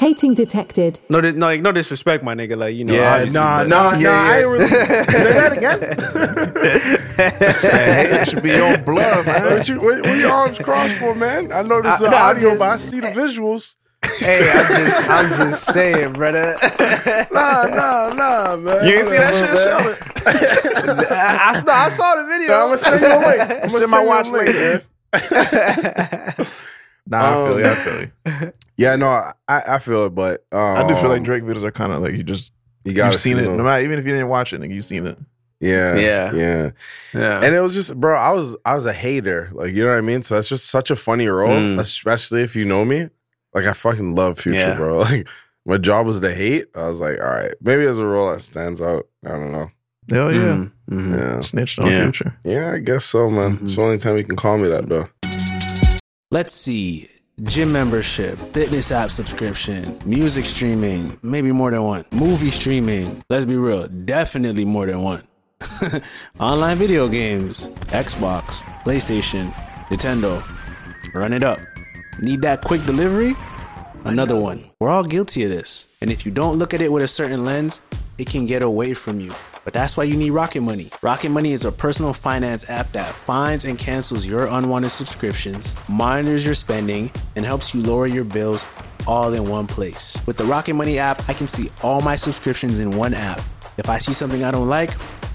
Speaker 5: Hating detected.
Speaker 3: No, di- no, like, no disrespect, my nigga. Like you know,
Speaker 2: Yeah,
Speaker 3: obviously,
Speaker 2: nah,
Speaker 3: but-
Speaker 2: nah, nah. I ain't really. Say that again.
Speaker 1: Hey, it should be on blood, man.
Speaker 2: what, you, what, what your arms crossed for, man? I know this is
Speaker 3: I-
Speaker 2: an
Speaker 3: no, I'm
Speaker 2: audio,
Speaker 3: just-
Speaker 2: but I see the visuals.
Speaker 3: Hey, I'm just, I'm just saying, brother.
Speaker 2: Nah, nah, nah, man.
Speaker 3: You ain't see that shit,
Speaker 2: Whatever,
Speaker 3: Sheldon?
Speaker 2: man.
Speaker 3: I, I, saw, I saw the video.
Speaker 2: Nah, I'm gonna send you a link. I'm gonna
Speaker 1: Send my watch link, man. Nah, I feel you. I feel you.
Speaker 2: Yeah, no, I, I feel it, but um,
Speaker 1: I do feel like Drake videos are kind of like you just
Speaker 2: You
Speaker 1: you
Speaker 2: gotta
Speaker 1: have seen
Speaker 2: see
Speaker 1: it.
Speaker 2: them.
Speaker 1: No matter even if you didn't watch it, nigga, you've seen it.
Speaker 2: Yeah,
Speaker 3: Yeah.
Speaker 2: yeah.
Speaker 3: yeah.
Speaker 2: And it was just, bro, I was I was a hater. Like, you know what I mean? So that's just such a funny role,
Speaker 3: Mm.
Speaker 2: especially if you know me. Like I fucking love Future,
Speaker 3: Yeah.
Speaker 2: bro. Like my job was to hate. I was like, all right, maybe there's a role that stands out. I don't know.
Speaker 1: Hell yeah.
Speaker 3: Mhm,
Speaker 1: Mm-hmm.
Speaker 3: mhm.
Speaker 2: Yeah.
Speaker 1: Snitched on
Speaker 3: Yeah.
Speaker 1: future.
Speaker 2: Yeah, I guess so, man. It's
Speaker 3: Mm-hmm.
Speaker 2: the only time you can call me that though.
Speaker 7: Let's see. Gym membership, fitness app subscription, music streaming, maybe more than one. Movie streaming, let's be real, definitely more than one. Online video games, Xbox, PlayStation, Nintendo. Run it up. Need that quick delivery? Another one. We're all guilty of this. And if you don't look at it with a certain lens, it can get away from you. But that's why you need Rocket Money. Rocket Money is a personal finance app that finds and cancels your unwanted subscriptions, monitors your spending, and helps you lower your bills all in one place. With the Rocket Money app, I can see all my subscriptions in one app. If I see something I don't like,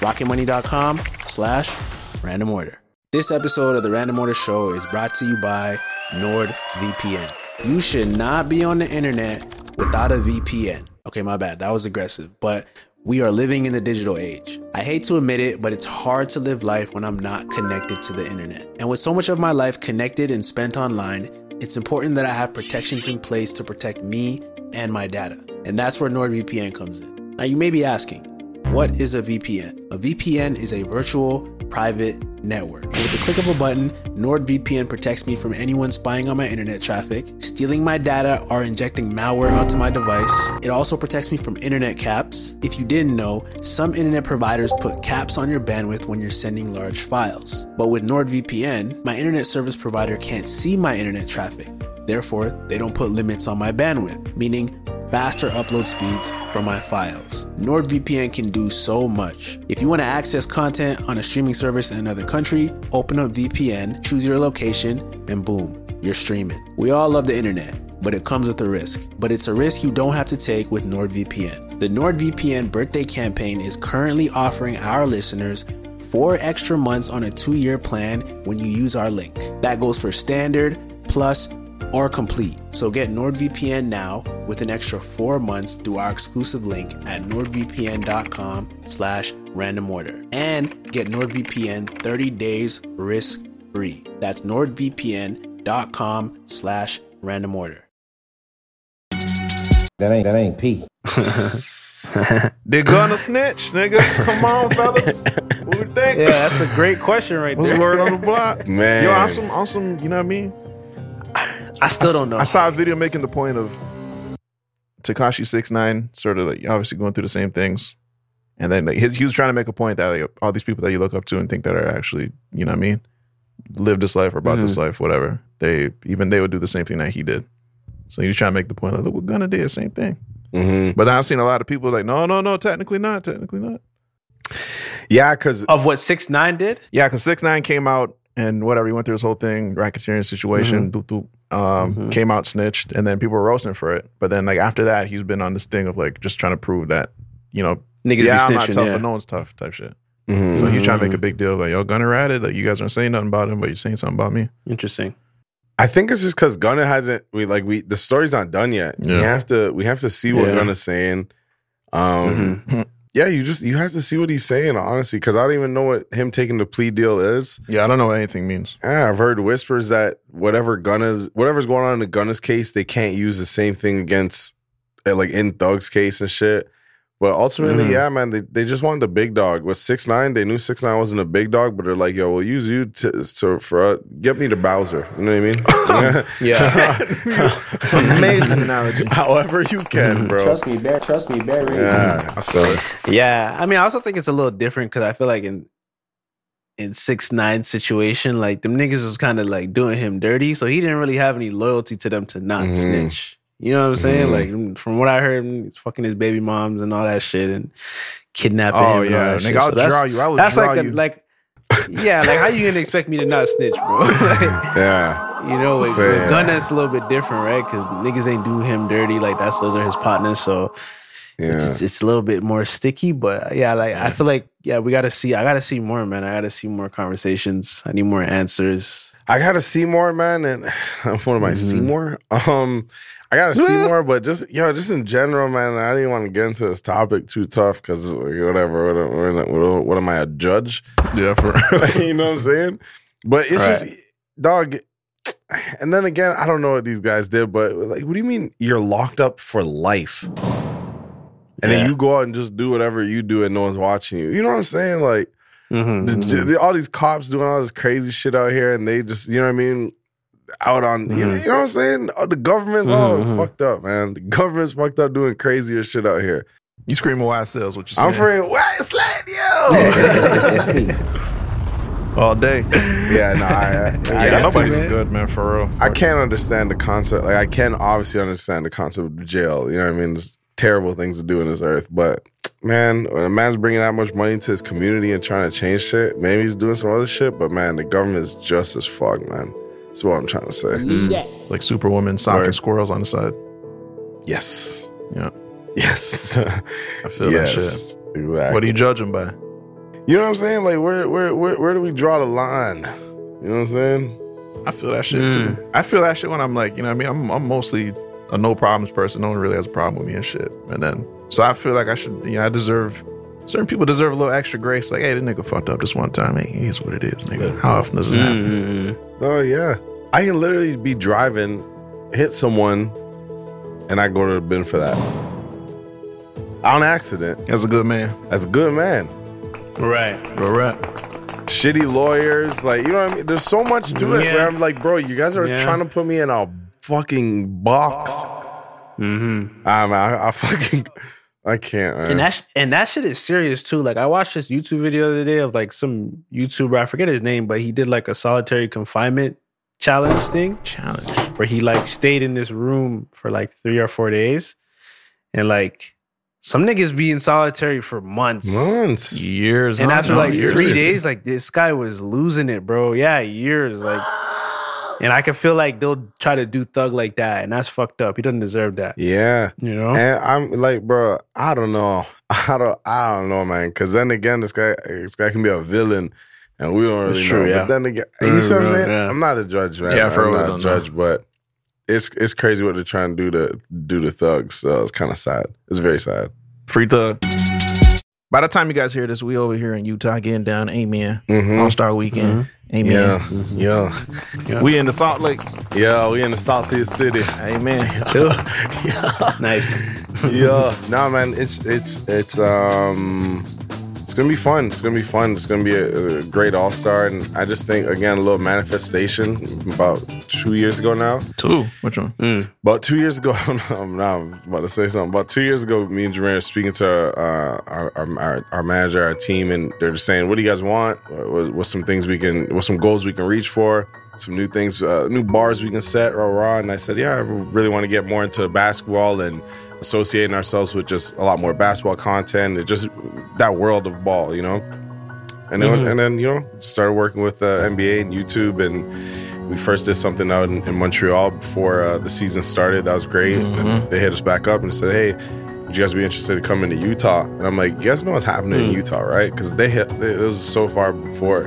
Speaker 7: rocketmoney.com slash Random Order. This episode of the Random Order Show is brought to you by NordVPN. You should not be on the internet without a VPN. Okay, my bad. That was aggressive, but we are living in the digital age. I hate to admit it, but it's hard to live life when I'm not connected to the internet. And with so much of my life connected and spent online, it's important that I have protections in place to protect me and my data. And that's where NordVPN comes in. Now, you may be asking, what is a VPN? A VPN is a virtual private network. With the click of a button, NordVPN protects me from anyone spying on my internet traffic, stealing my data, or injecting malware onto my device. It also protects me from internet caps. If you didn't know, some internet providers put caps on your bandwidth when you're sending large files. But with NordVPN, my internet service provider can't see my internet traffic. Therefore, they don't put limits on my bandwidth, meaning faster upload speeds for my files. NordVPN can do so much. If you want to access content on a streaming service in another country, open up VPN, choose your location, and boom, you're streaming. We all love the internet, but it comes with a risk. But it's a risk you don't have to take with NordVPN. The NordVPN birthday campaign is currently offering our listeners four extra months on a two year plan when you use our link. That goes for standard, plus, or complete. So get NordVPN now with an extra four months through our exclusive link at nordvpn.com slash random order. And get NordVPN 30 days risk free. That's nordvpn.com slash random order.
Speaker 4: That ain't that ain't P.
Speaker 1: They're gonna snitch, nigga. Come on, fellas. What we think?
Speaker 3: Yeah, that's a great question right
Speaker 1: What's the
Speaker 3: there.
Speaker 1: word on the block?
Speaker 2: Man.
Speaker 1: Yo, on some, on some, you know what I mean?
Speaker 3: I still don't know.
Speaker 1: I saw a video making the point of Takashi Six Nine, sort of like obviously going through the same things, and then like his, he was trying to make a point that like, all these people that you look up to and think that are actually,
Speaker 3: Mm-hmm.
Speaker 1: you know what I mean, live this life or about this life, whatever. They even they would do the same thing that he did. So he was trying to make the point like, look what Gunna did, same thing.
Speaker 2: hmm
Speaker 1: But then I've seen a lot of people like, no, no, no, technically not, technically not.
Speaker 2: Yeah, because
Speaker 3: Of what six nine did?
Speaker 1: Yeah, because six nine came out and whatever he went through his whole thing, racketeering situation, doop, doop, um, came out snitched, and then people were roasting him for it. But then like after that, he's been on this thing of like just trying to prove that you know,
Speaker 3: Niggas
Speaker 1: yeah, I'm
Speaker 3: be
Speaker 1: not
Speaker 3: snitching,
Speaker 1: tough,
Speaker 3: yeah.
Speaker 1: but no one's tough type shit.
Speaker 2: Mm-hmm.
Speaker 1: So he's trying to make a big deal like, yo, Gunner ratted. Like you guys aren't saying nothing about him, but you're saying something about me.
Speaker 3: Interesting.
Speaker 2: I think it's just because Gunna hasn't. We like we the story's not done yet. We
Speaker 1: Yeah.
Speaker 2: have to we have to see what
Speaker 3: Yeah.
Speaker 2: Gunna's saying.
Speaker 3: Mm-hmm.
Speaker 2: Um, yeah, you just you have to see what he's saying honestly because I don't even know what him taking the plea deal is.
Speaker 1: Yeah, I don't know what anything means.
Speaker 2: Yeah, I've heard whispers that whatever Gunna's whatever's going on in the Gunna's case, they can't use the same thing against uh, like in Thug's case and shit. But ultimately, yeah, man, they, they just wanted the big dog with six nine. They knew six nine wasn't a big dog, but they're like, yo, we'll use you to, to for uh, get me to Bowser. You know what I mean?
Speaker 3: Yeah.
Speaker 1: Amazing analogy.
Speaker 2: However you can, bro.
Speaker 4: Trust me, bear. Trust me, bear.
Speaker 2: yeah. So
Speaker 3: yeah. I mean, I also think it's a little different because I feel like in in six nine situation, like them niggas was kind of like doing him dirty, so he didn't really have any loyalty to them to not
Speaker 1: Mm-hmm.
Speaker 2: Mhm.
Speaker 3: snitch. You know what I'm saying?
Speaker 2: Mhm.
Speaker 3: Like mm, from what I heard, he's fucking his baby moms and all that shit and kidnapping.
Speaker 1: Oh
Speaker 3: him and all
Speaker 1: yeah,
Speaker 3: that shit.
Speaker 1: nigga, I'll
Speaker 3: So that's-
Speaker 1: draw you. I will
Speaker 3: That's
Speaker 1: draw
Speaker 3: like a,
Speaker 1: you.
Speaker 3: like yeah, like how you gonna expect me to not snitch, bro? like,
Speaker 2: yeah,
Speaker 3: you know, with,
Speaker 2: Fair.
Speaker 3: with Gunna, it's a little bit different, right? Because niggas ain't do him dirty. Like that's those are his partners, so it's,
Speaker 2: yeah.
Speaker 3: it's it's a little bit more sticky. But yeah, like I feel like yeah, we gotta see. I gotta see more, man. I gotta see more conversations. I need more answers.
Speaker 2: I gotta see more, man. And what
Speaker 1: Mm-hmm.
Speaker 2: am I, Seymour? Um, I gotta see more, but just yo, just in general, man. I didn't want to get into this topic too tough because whatever, whatever, whatever. What am I, a judge?
Speaker 1: yeah, for
Speaker 2: you know what I'm saying? But it's just dog. And then again, I don't know what these guys did, but like, what do you mean you're locked up for life? And then you go out and just do whatever you do, and no one's watching you. You know what I'm saying? Like.
Speaker 3: Mhm,
Speaker 2: The-
Speaker 3: mhm.
Speaker 1: Mm-hmm.
Speaker 2: the- all these cops doing all this crazy shit out here, and they just, you know what I mean? Out on,
Speaker 1: Mm-hmm.
Speaker 2: you, know, you know what I'm saying? Oh, the government's all
Speaker 3: Mhm, mhm.
Speaker 2: fucked up, man. The government's fuckking up doing crazier shit out here.
Speaker 1: you screaming why sales what you saying
Speaker 2: I'm freaking, what? Slide you!
Speaker 1: all day.
Speaker 2: yeah, no, I, I, I,
Speaker 1: yeah,
Speaker 2: got to,
Speaker 1: nobody's
Speaker 2: man.
Speaker 1: good, man. For real.
Speaker 2: I can't understand the concept. Like, I can obviously understand the concept of jail. You know what I mean? There's terrible things to do in this earth, but man, when a man's bringing that much money to his community and trying to change shit, maybe he's doing some other shit. But man, the government is just as fucked, man. That's what I'm trying to say.
Speaker 1: Mm-hmm.
Speaker 4: Need that.
Speaker 1: like Superwoman socking
Speaker 2: Word.
Speaker 1: squirrels on the side.
Speaker 2: Yes.
Speaker 1: Yeah,
Speaker 2: Yes.
Speaker 1: I feel that shit.
Speaker 2: yes. Exactly.
Speaker 1: What do you judge him by?
Speaker 2: You know what I'm saying? Like, where, where, where, where do we draw the line? You know what I'm saying?
Speaker 1: I feel that shit too. I feel that shit when I'm like, you know what I mean? I'm, I'm mostly a no problems person. No one really has a problem with me and shit. And then, so I feel like I should, you know, I deserve, certain people deserve a little extra grace. Like, hey, this nigga fucked up this one time. Hey, here's what it is, nigga. How often does this happen?
Speaker 2: Oh yeah, I can literally be driving, hit someone, and I go to the bin for that. On accident.
Speaker 1: That's a good man.
Speaker 2: That's a good man.
Speaker 3: Right.
Speaker 1: Real rap.
Speaker 2: Shitty lawyers, like you know what I mean. There's so much to it
Speaker 3: Yeah.
Speaker 2: where I'm like, bro, you guys are
Speaker 3: Yeah.
Speaker 2: trying to put me in a fucking box.
Speaker 3: Mm-hmm.
Speaker 2: I'm, I, I fucking, I can't. Man.
Speaker 3: And that sh- and that shit is serious too. Like I watched this YouTube video the other day of like some YouTuber. I forget his name, but he did like a solitary confinement challenge thing.
Speaker 1: Challenge.
Speaker 3: where he like stayed in this room for like three or four days, and like some niggas be in solitary for months.
Speaker 2: Months.
Speaker 1: Years.
Speaker 3: And
Speaker 1: on,
Speaker 3: after
Speaker 1: no,
Speaker 3: like
Speaker 1: years.
Speaker 3: three days, like this guy was losing it, bro. Yeah, years. Like, and I can feel like they'll try to do thug like that, and that's fucked up. He doesn't deserve that.
Speaker 2: Yeah.
Speaker 3: You know?
Speaker 2: And I'm like, bro, I don't know. I don't I don't know, man. Cause then again, this guy this guy can be a villain and we don't really
Speaker 3: That's
Speaker 2: know.
Speaker 3: true, yeah.
Speaker 2: But then again,
Speaker 3: Yeah,
Speaker 2: you see what I'm
Speaker 3: yeah.
Speaker 2: saying?
Speaker 3: Yeah.
Speaker 2: I'm not a judge, man.
Speaker 1: Yeah, for
Speaker 2: I'm
Speaker 1: real,
Speaker 2: not
Speaker 1: don't
Speaker 2: a
Speaker 1: know.
Speaker 2: judge, but it's it's crazy what they're trying to do to do to thugs. So it's kinda sad. It's very sad.
Speaker 1: Free thug. By the time you guys hear this, we over here in Utah getting down. Amen.
Speaker 2: Mhm.
Speaker 1: All Star Weekend. Amen.
Speaker 2: Yeah. Yeah.
Speaker 1: We in the Salt Lake.
Speaker 2: Yeah, we in the saltiest city.
Speaker 1: Amen.
Speaker 3: Nice.
Speaker 2: yeah. No, man. It's it's it's um. It's gonna be fun. It's gonna be fun. It's gonna be a, a great All Star, and I just think again a little manifestation about two years ago now.
Speaker 1: Two. Which one?
Speaker 2: About two years ago, I'm now I'm about to say something. About two years ago, me and Jameer were speaking to uh, our, our, our our manager, our team, and they're just saying, "What do you guys want? What, what's some things we can? What's some goals we can reach for?" some new things, uh, new bars we can set, rah rah. And I said, yeah, I really want to get more into basketball and associating ourselves with just a lot more basketball content. It just that world of ball, you know. And then,
Speaker 1: Mm-hmm.
Speaker 2: and then you know, started working with uh, NBA and YouTube, and we first did something out in, in Montreal before uh, the season started. That was great. And
Speaker 1: Mm-hmm.
Speaker 2: then they hit us back up and said, hey. Would you guys be interested in coming to Utah? And I'm like, you guys know what's happening
Speaker 1: Mm.
Speaker 2: in Utah, right? Because they hit it was so far before,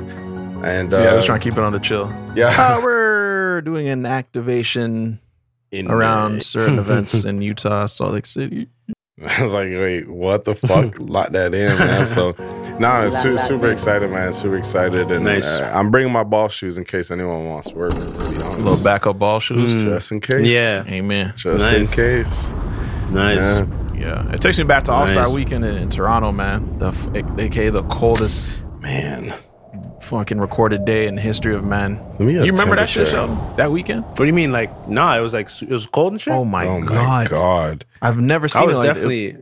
Speaker 2: and uh,
Speaker 1: yeah, I was trying to keep it on the chill.
Speaker 2: yeah,
Speaker 1: Uh, we're doing an activation
Speaker 2: in
Speaker 1: around certain events in Utah, Salt Lake City.
Speaker 2: I was like, wait, what the fuck? Lock that in, man. So, nah, I'm su- super excited, man. Super excited, and
Speaker 3: Nice.
Speaker 2: uh, I'm bringing my ball shoes in case anyone wants to work. To be honest.
Speaker 1: Little backup ball shoes.
Speaker 2: just in case.
Speaker 3: Yeah.
Speaker 1: Amen.
Speaker 2: just
Speaker 3: Nice.
Speaker 2: in case.
Speaker 3: Nice.
Speaker 2: Yeah.
Speaker 1: Yeah, it takes me back to All Star
Speaker 3: Nice.
Speaker 1: Weekend in, in Toronto, man. The f- aka the coldest
Speaker 2: Man,
Speaker 1: fucking recorded day in the history of man.
Speaker 2: me get a
Speaker 1: You remember that shit,
Speaker 2: temperature.
Speaker 1: Sheldon? That weekend?
Speaker 3: What do you mean? Like, nah, it was like it was cold and shit.
Speaker 1: Oh my,
Speaker 2: oh
Speaker 1: god.
Speaker 2: my god,
Speaker 1: I've never seen
Speaker 3: I was
Speaker 1: it like that.
Speaker 3: definitely.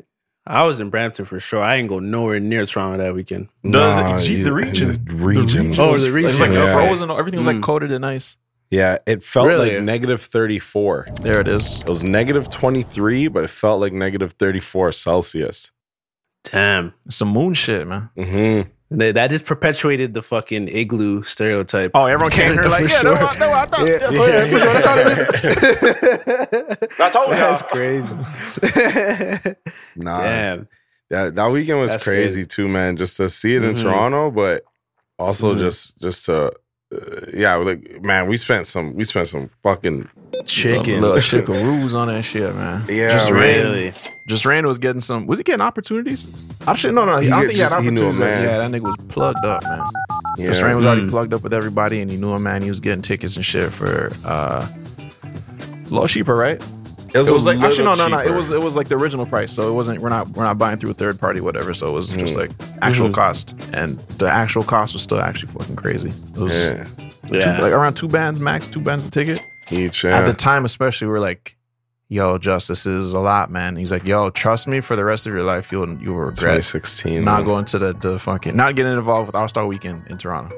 Speaker 3: I was in Brampton for sure. I ain't go nowhere near Toronto that weekend.
Speaker 2: Nah, you- the region.
Speaker 3: Oh, the
Speaker 1: It
Speaker 3: region.
Speaker 1: was like
Speaker 2: Yeah.
Speaker 1: frozen. Everything was like
Speaker 3: Mm.
Speaker 1: coated in ice.
Speaker 2: yeah, it felt
Speaker 3: Really?
Speaker 2: like negative 34.
Speaker 1: There it is.
Speaker 2: It was negative 23, but it felt like negative 34 Celsius.
Speaker 3: Damn.
Speaker 1: Some moon shit, man.
Speaker 2: hmm
Speaker 3: That that just perpetuated the fucking igloo stereotype.
Speaker 1: Oh, everyone came here like, yeah, no, I, no, I thought, yeah, yeah, yeah, for sure, that's how they did it
Speaker 2: That's crazy. nah,
Speaker 3: Damn.
Speaker 2: that that weekend was
Speaker 3: That's
Speaker 2: crazy,
Speaker 3: crazy.
Speaker 2: too, man. Just to see it in
Speaker 1: Mm-hmm.
Speaker 3: Mhm.
Speaker 2: Toronto, but also
Speaker 3: Mhm.
Speaker 2: just just to uh, yeah, like man, we spent some we spent some fucking chicken.
Speaker 1: Little chickaroos on that shit, man.
Speaker 2: yeah,
Speaker 1: Just
Speaker 2: man.
Speaker 3: Really?
Speaker 1: Just Randall was getting some. Was he getting opportunities? I should no, no. I
Speaker 2: He
Speaker 1: don't
Speaker 2: get-
Speaker 1: think he had
Speaker 2: just- he knew a
Speaker 1: opportunities.
Speaker 2: man.
Speaker 1: yeah, that nigga was plugged up, man.
Speaker 2: Yeah.
Speaker 1: Just Rand was already
Speaker 3: Mm.
Speaker 1: plugged up with everybody, and he knew him, man. He was getting tickets and shit for uh, Lost Sheeper, right?
Speaker 2: It was,
Speaker 1: It was like actually no, no, no. It
Speaker 2: cheaper.
Speaker 1: was it was like the original price, so it wasn't. We're not we're not buying through a third party, whatever. So it was just
Speaker 2: Hmm.
Speaker 1: like actual cost, and the actual cost was still actually fucking crazy. It was
Speaker 2: yeah.
Speaker 1: two,
Speaker 3: Yeah.
Speaker 1: like around two bands max, two bands a ticket
Speaker 2: each.
Speaker 1: at
Speaker 2: Yeah.
Speaker 1: the time, especially, we are like, "Yo, Justice this is a lot, man." He's like, "Yo, trust me, for the rest of your life, you'll you will regret
Speaker 2: 2016.
Speaker 1: not
Speaker 2: man.
Speaker 1: going to the, the fucking not getting involved with All Star Weekend in Toronto."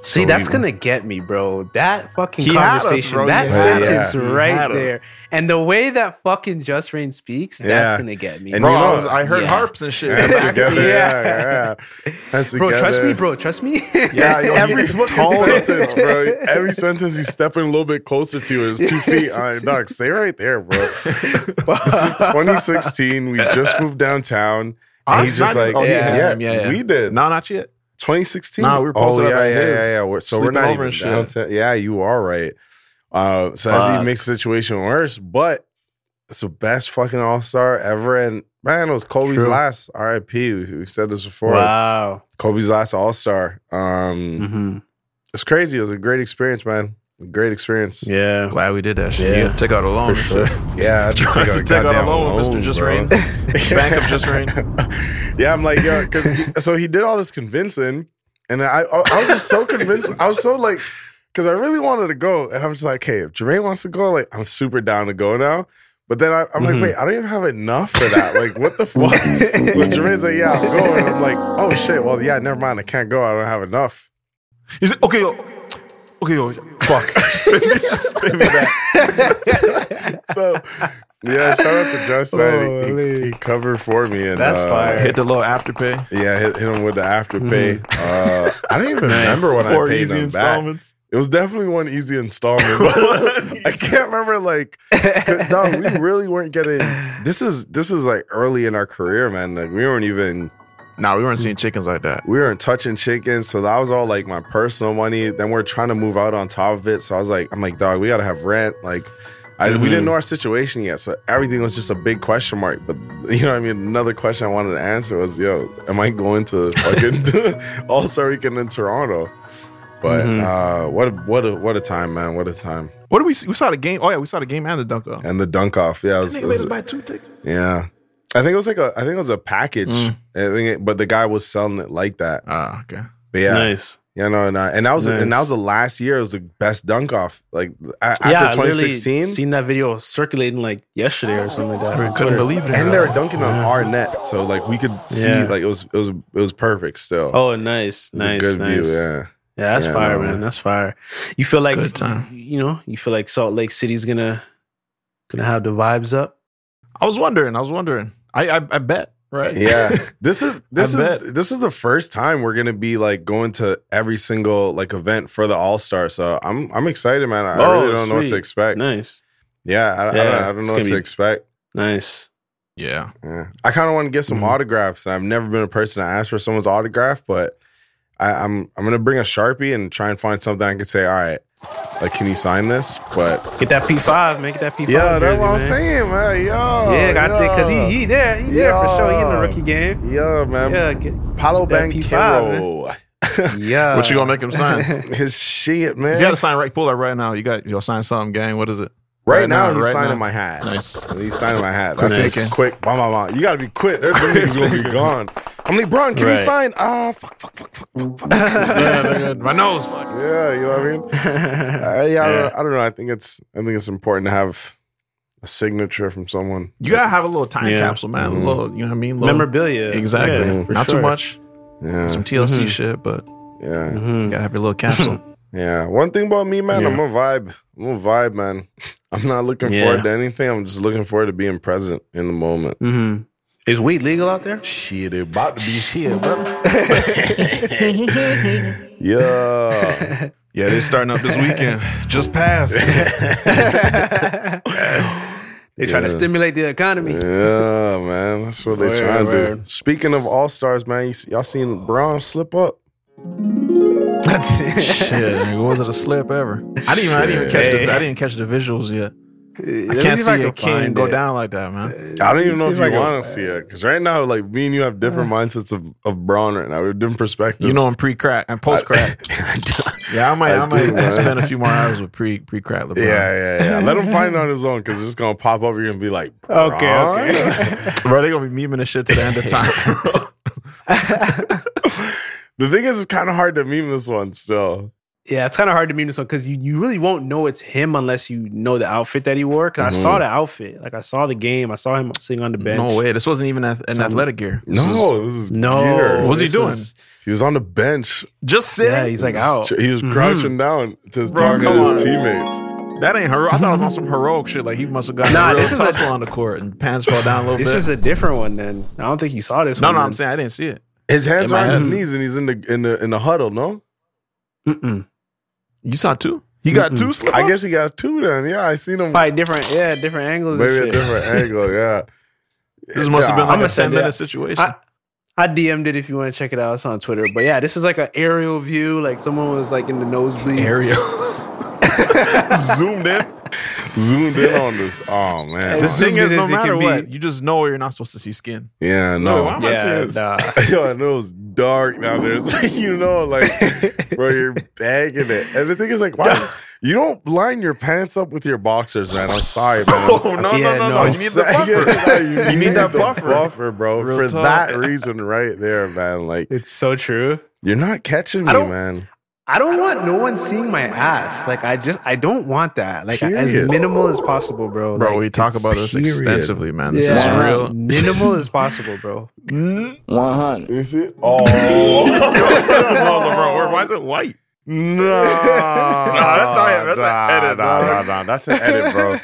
Speaker 3: See,
Speaker 2: So
Speaker 3: that's
Speaker 2: we-
Speaker 3: gonna get me, bro. That fucking
Speaker 1: He had us,
Speaker 3: conversation,
Speaker 1: bro.
Speaker 3: that
Speaker 1: He
Speaker 2: had us.
Speaker 3: sentence
Speaker 2: Yeah.
Speaker 1: He had
Speaker 3: right
Speaker 1: us.
Speaker 3: there, and the way that fucking Just Rain speaks, that's
Speaker 2: Yeah.
Speaker 3: gonna get me,
Speaker 2: And
Speaker 1: Bro,
Speaker 3: bro.
Speaker 2: you know-
Speaker 1: I, was- I heard
Speaker 3: yeah.
Speaker 1: harps and shit.
Speaker 2: Hands together,
Speaker 3: Yeah.
Speaker 2: yeah, yeah. Hands
Speaker 3: Bro, trust
Speaker 2: together.
Speaker 3: me, bro. Trust me.
Speaker 2: Yeah, yo,
Speaker 3: every
Speaker 2: he-
Speaker 3: fucking
Speaker 2: whole
Speaker 3: sentence,
Speaker 2: sentence, bro. Every sentence he's stepping a little bit closer to you. It's two feet. Uh, dog, stay right there, bro. this is 2016. We just moved downtown. And he's just like,
Speaker 1: oh, he
Speaker 2: yeah,
Speaker 1: had
Speaker 2: yeah,
Speaker 1: him. yeah, yeah,
Speaker 2: we did.
Speaker 1: No, not yet.
Speaker 2: 2016.
Speaker 1: Nah, we were posted
Speaker 2: oh,
Speaker 1: up
Speaker 2: yeah,
Speaker 1: at
Speaker 2: yeah,
Speaker 1: his.
Speaker 2: yeah, yeah. We're- so we're
Speaker 1: Sleeping
Speaker 2: not
Speaker 1: over
Speaker 2: even
Speaker 1: and shit.
Speaker 2: downtown. Yeah, you are right. Uh, so as he
Speaker 3: Fuck.
Speaker 2: makes the situation worse, but it's the best fucking All Star ever. And man, it was Kobe's
Speaker 3: True.
Speaker 2: last RIP. We, we've said this before. It was
Speaker 3: Wow.
Speaker 2: Kobe's last All Star. Um,
Speaker 1: Hmm.
Speaker 3: Mm-hmm.
Speaker 2: it's crazy. It was a great experience, man. Great experience. Yeah,
Speaker 3: Yeah.
Speaker 1: Glad we did that shit.
Speaker 3: Yeah.
Speaker 1: You took out a loan, and shit.
Speaker 2: I had to
Speaker 1: Tried
Speaker 2: take
Speaker 1: to
Speaker 2: out a
Speaker 1: take out a
Speaker 2: goddamn
Speaker 1: loan, Mr. Just
Speaker 2: bro.
Speaker 1: Rain. Bank of Just Rain.
Speaker 2: yeah, I'm like, yo, 'cause he- so he did all this convincing, and I, I, I was just so convinced. I was so like, because I really wanted to go, and I'm just like, hey, if Jermaine wants to go, like, I'm super down to go now. But then I, I'm
Speaker 3: Mm-hmm.
Speaker 2: like, wait, I don't even have enough for that. Like, what the fuck? so Jermaine's like, yeah, I'm going. I'm like, oh shit. Well, yeah, never mind. I can't go. I don't have enough.
Speaker 1: He's like, okay, yo, okay, yo, fuck.
Speaker 2: So yeah, shout out to Josh. man. He- He, he covered for me, and
Speaker 3: That's
Speaker 2: uh,
Speaker 3: fire.
Speaker 1: Hit the little afterpay.
Speaker 2: Yeah, hit, hit him with the afterpay. Uh, I don't even remember when
Speaker 1: Four
Speaker 2: I paid
Speaker 1: easy
Speaker 2: him back.
Speaker 1: installments.
Speaker 2: It was definitely one easy installment. But I can't remember like 'cause, no, we really weren't getting. This is this is like early in our career, man. Like we weren't even
Speaker 1: Nah, we weren't seeing chickens like that.
Speaker 2: we weren't touching chickens, so that was all like my personal money. Then we're trying to move out on top of it, so I was like, I'm like, dog, we gotta have rent. Like, I, we didn't know our situation yet, so everything was just a big question mark. But you know, what I mean, another question I wanted to answer was, yo, am I going to fucking All Star Weekend in Toronto? But uh, what a, what a what a time, man! What a time!
Speaker 1: What did we see? We saw the game. Oh yeah, we saw the game and the dunk though.
Speaker 2: And the dunk off, yeah, it was-
Speaker 1: Nigga
Speaker 2: it
Speaker 1: made us
Speaker 2: was-
Speaker 1: buy two tickets.
Speaker 2: yeah. I think it was like a I think it was a package. I think, it, but the guy was selling it like that.
Speaker 1: Ah, okay.
Speaker 2: But yeah,
Speaker 3: Nice.
Speaker 2: Yeah, no, and, uh, and that was and that
Speaker 3: Nice.
Speaker 2: was the last year. It was the best dunk off. Like a- after
Speaker 3: yeah, I literally
Speaker 2: 2016,
Speaker 3: seen that video circulating like yesterday or something like that. on
Speaker 1: Couldn't
Speaker 3: Twitter.
Speaker 1: believe it.
Speaker 2: and they were dunking on our net, so like we could see
Speaker 3: Yeah.
Speaker 2: like it was it was it was perfect. Still,
Speaker 3: Oh, nice,
Speaker 2: it was
Speaker 3: nice, nice.
Speaker 2: Yeah,
Speaker 3: Yeah, that's
Speaker 2: Yeah,
Speaker 3: fire,
Speaker 2: no,
Speaker 3: man.
Speaker 2: man.
Speaker 3: That's fire. You feel like
Speaker 1: Good time.
Speaker 3: you know, you feel like Salt Lake City's gonna gonna have the vibes up.
Speaker 1: I was wondering. I was wondering. I I, I bet. Right.
Speaker 2: yeah this is this is
Speaker 1: bet.
Speaker 2: this is the first time we're gonna be like going to every single like event for the all star so i'm i'm excited man i
Speaker 3: Oh,
Speaker 2: really don't know what to
Speaker 3: sweet.
Speaker 2: expect
Speaker 3: Nice,
Speaker 2: yeah i, I
Speaker 3: Yeah,
Speaker 2: don't- I, don't
Speaker 3: it's
Speaker 2: know what
Speaker 3: gonna
Speaker 2: to
Speaker 3: be-
Speaker 2: expect
Speaker 3: nice.
Speaker 1: Yeah.
Speaker 2: yeah. i kind of want to get some autographs i've never been a person to ask for someone's autograph but I, i'm i'm gonna bring a sharpie and try and find something i can say all right like can you sign this but
Speaker 3: Get that P five, man. Get that P five.
Speaker 2: yeah that's what i'm
Speaker 3: man.
Speaker 2: saying man yo
Speaker 3: Yeah, I think because
Speaker 2: yo.
Speaker 3: he he there, he there for sure. He in the
Speaker 2: Yeah.
Speaker 3: rookie game.
Speaker 2: yeah man
Speaker 3: Yeah, get,
Speaker 2: palo
Speaker 3: that P5,
Speaker 2: banquero
Speaker 3: yeah.
Speaker 1: What you gonna make him sign?
Speaker 2: his shit man
Speaker 1: If you gotta sign right, pull that right now. You got you'll sign something, gang. What is it?
Speaker 2: Right, now, he's
Speaker 1: right
Speaker 2: signing
Speaker 1: now.
Speaker 2: my hat.
Speaker 1: Nice.
Speaker 2: He's signing my hat. That's
Speaker 1: Nice.
Speaker 2: just quick. Blah, blah, blah. You gotta be quick. There's them niggas gonna be gone. I'm like, Bron, can
Speaker 3: Right.
Speaker 2: you sign? Ah, fuck, fuck, fuck, fuck, fuck, fuck.
Speaker 1: yeah, nigga, my nose. Fuck.
Speaker 2: yeah, you know what I mean? Uh, yeah, I, don't, I don't know. I think it's I think it's important to have a signature from someone.
Speaker 1: You gotta have a little time
Speaker 3: Yeah.
Speaker 1: capsule, man. A little, you know what I mean? Little,
Speaker 3: memorabilia?
Speaker 1: Exactly.
Speaker 3: Yeah, for
Speaker 1: Not
Speaker 3: sure.
Speaker 1: too much.
Speaker 2: Yeah.
Speaker 1: Some TLC shit, but you
Speaker 2: yeah.
Speaker 3: Mhm.
Speaker 1: gotta have your little capsule.
Speaker 2: Yeah. One thing about me, man, I'm a vibe. I'm a vibe, man. I'm not looking
Speaker 3: Yeah.
Speaker 2: forward to anything. I'm just looking forward to being present in the moment.
Speaker 3: Mhm. Is weed legal out there?
Speaker 2: Shit, it about to be shit, brother. yeah.
Speaker 1: yeah, they're starting up this weekend. Just passed.
Speaker 3: They trying to stimulate the economy.
Speaker 2: Yeah, man. That's what they
Speaker 3: Word,
Speaker 2: trying to do.
Speaker 3: word.
Speaker 2: Speaking of All Stars, man, you, see- y'all seen Brown slip up?
Speaker 1: shit, nigga, was it a slip ever? I didn't even, I didn't even catch the, I didn't catch the visuals yet. I can't see a king go down like that,
Speaker 3: Uh,
Speaker 1: man.
Speaker 2: I don't even know if
Speaker 3: seems
Speaker 2: you
Speaker 3: like a-
Speaker 2: want to see it because right now, like me and you have different mindsets of, of Braun right now. We have different perspectives.
Speaker 1: You know, I'm pre-crack and post-crack. yeah, I might, I,
Speaker 2: I
Speaker 1: might
Speaker 2: do, man.
Speaker 1: spend a few more hours with pre pre-crack LeBron.
Speaker 2: yeah, yeah, yeah. Let him find it on his own because it's gonna pop up. You're gonna be like,
Speaker 3: Okay, okay.
Speaker 2: "Braun?"
Speaker 1: bro, they gonna be memeing this shit to the end of time.
Speaker 2: the thing is, it's kind of hard to meme this one still.
Speaker 3: Yeah, it's kind of hard to meme this one because you, you really won't know it's him unless you know the outfit that he wore. Because I saw the outfit, like I saw the game, I saw him sitting on the bench.
Speaker 1: Mm-hmm. no way, this wasn't even ath- an athletic gear. This was-
Speaker 2: No, this is
Speaker 3: no.
Speaker 2: gear.
Speaker 1: What was he
Speaker 3: this
Speaker 1: doing?
Speaker 2: He was on the bench.
Speaker 1: just sitting.
Speaker 3: yeah, he's like
Speaker 1: Oh.
Speaker 3: out. Mm-hmm.
Speaker 2: He
Speaker 1: Mm-hmm.
Speaker 2: was crouching down to his,
Speaker 1: Bro,
Speaker 2: talking
Speaker 1: come
Speaker 2: to his
Speaker 1: on.
Speaker 2: teammates.
Speaker 1: That ain't heroic. I thought it was on some heroic shit. Like he must have gotten
Speaker 3: Nah,
Speaker 1: a real
Speaker 3: this is a-
Speaker 1: tussle on the court and pants fell down a little
Speaker 3: This
Speaker 1: bit.
Speaker 3: is a different one. Then I don't think you saw this.
Speaker 1: no,
Speaker 3: one.
Speaker 1: no, I'm saying I didn't see it.
Speaker 2: His hands
Speaker 1: In
Speaker 2: are
Speaker 1: my
Speaker 2: on his
Speaker 1: head.
Speaker 2: knees, and he's in the in the in the huddle. No,
Speaker 3: Mm-mm.
Speaker 1: You saw two? He got two slip
Speaker 2: I guess he got two then. Yeah, I seen him
Speaker 3: Probably different. Yeah, different angles.
Speaker 2: maybe a
Speaker 3: and shit.
Speaker 2: different angle. Yeah,
Speaker 1: This must have been
Speaker 2: Nah,
Speaker 1: like
Speaker 3: I'ma
Speaker 1: a 10
Speaker 3: send it
Speaker 1: minute
Speaker 3: out.
Speaker 1: situation.
Speaker 3: I, I DM'd it if you want to check it out. It's on Twitter. But yeah, this is like an aerial view. Like someone was like in the nosebleeds.
Speaker 2: zoomed in, zoomed in on this. Oh man,
Speaker 1: the
Speaker 3: This-
Speaker 1: thing is,
Speaker 3: As
Speaker 1: no
Speaker 3: it can
Speaker 1: matter
Speaker 3: be.
Speaker 1: what, you just know you're not supposed to see skin.
Speaker 2: yeah,
Speaker 1: Bro,
Speaker 2: no.
Speaker 1: why am I
Speaker 3: Yeah,
Speaker 1: serious?
Speaker 3: nah.
Speaker 2: Yo, I know it's dark down there, so you know, like, bro, you're bagging it. And the thing is, like, why you don't line your pants up with your boxers, man? I'm sorry, man.
Speaker 1: Oh, no,
Speaker 3: Yeah,
Speaker 1: no, no,
Speaker 3: no.
Speaker 1: no. You need the buffer.
Speaker 2: you, need that buffer, buffer, bro.
Speaker 1: Real
Speaker 2: for
Speaker 1: talk.
Speaker 2: that reason, right there, man. Like,
Speaker 3: It's so true.
Speaker 2: you're not catching me,
Speaker 3: I don't-
Speaker 2: man.
Speaker 3: I don't want no one seeing my ass. Like I just I don't want that. Like
Speaker 2: Period.
Speaker 3: as minimal as possible, bro.
Speaker 1: Bro,
Speaker 3: Like,
Speaker 1: we talk about this
Speaker 2: period.
Speaker 1: extensively, man. This
Speaker 3: yeah,
Speaker 1: is real.
Speaker 3: Minimal as possible, bro.
Speaker 4: 100.
Speaker 2: You see?
Speaker 1: Well,
Speaker 2: Oh.
Speaker 1: LeBron, why is it white?
Speaker 2: No, no,
Speaker 1: not it.
Speaker 2: that's
Speaker 1: That's an edit,
Speaker 2: Nah,
Speaker 1: bro.
Speaker 2: nah, nah, that's an edit, bro.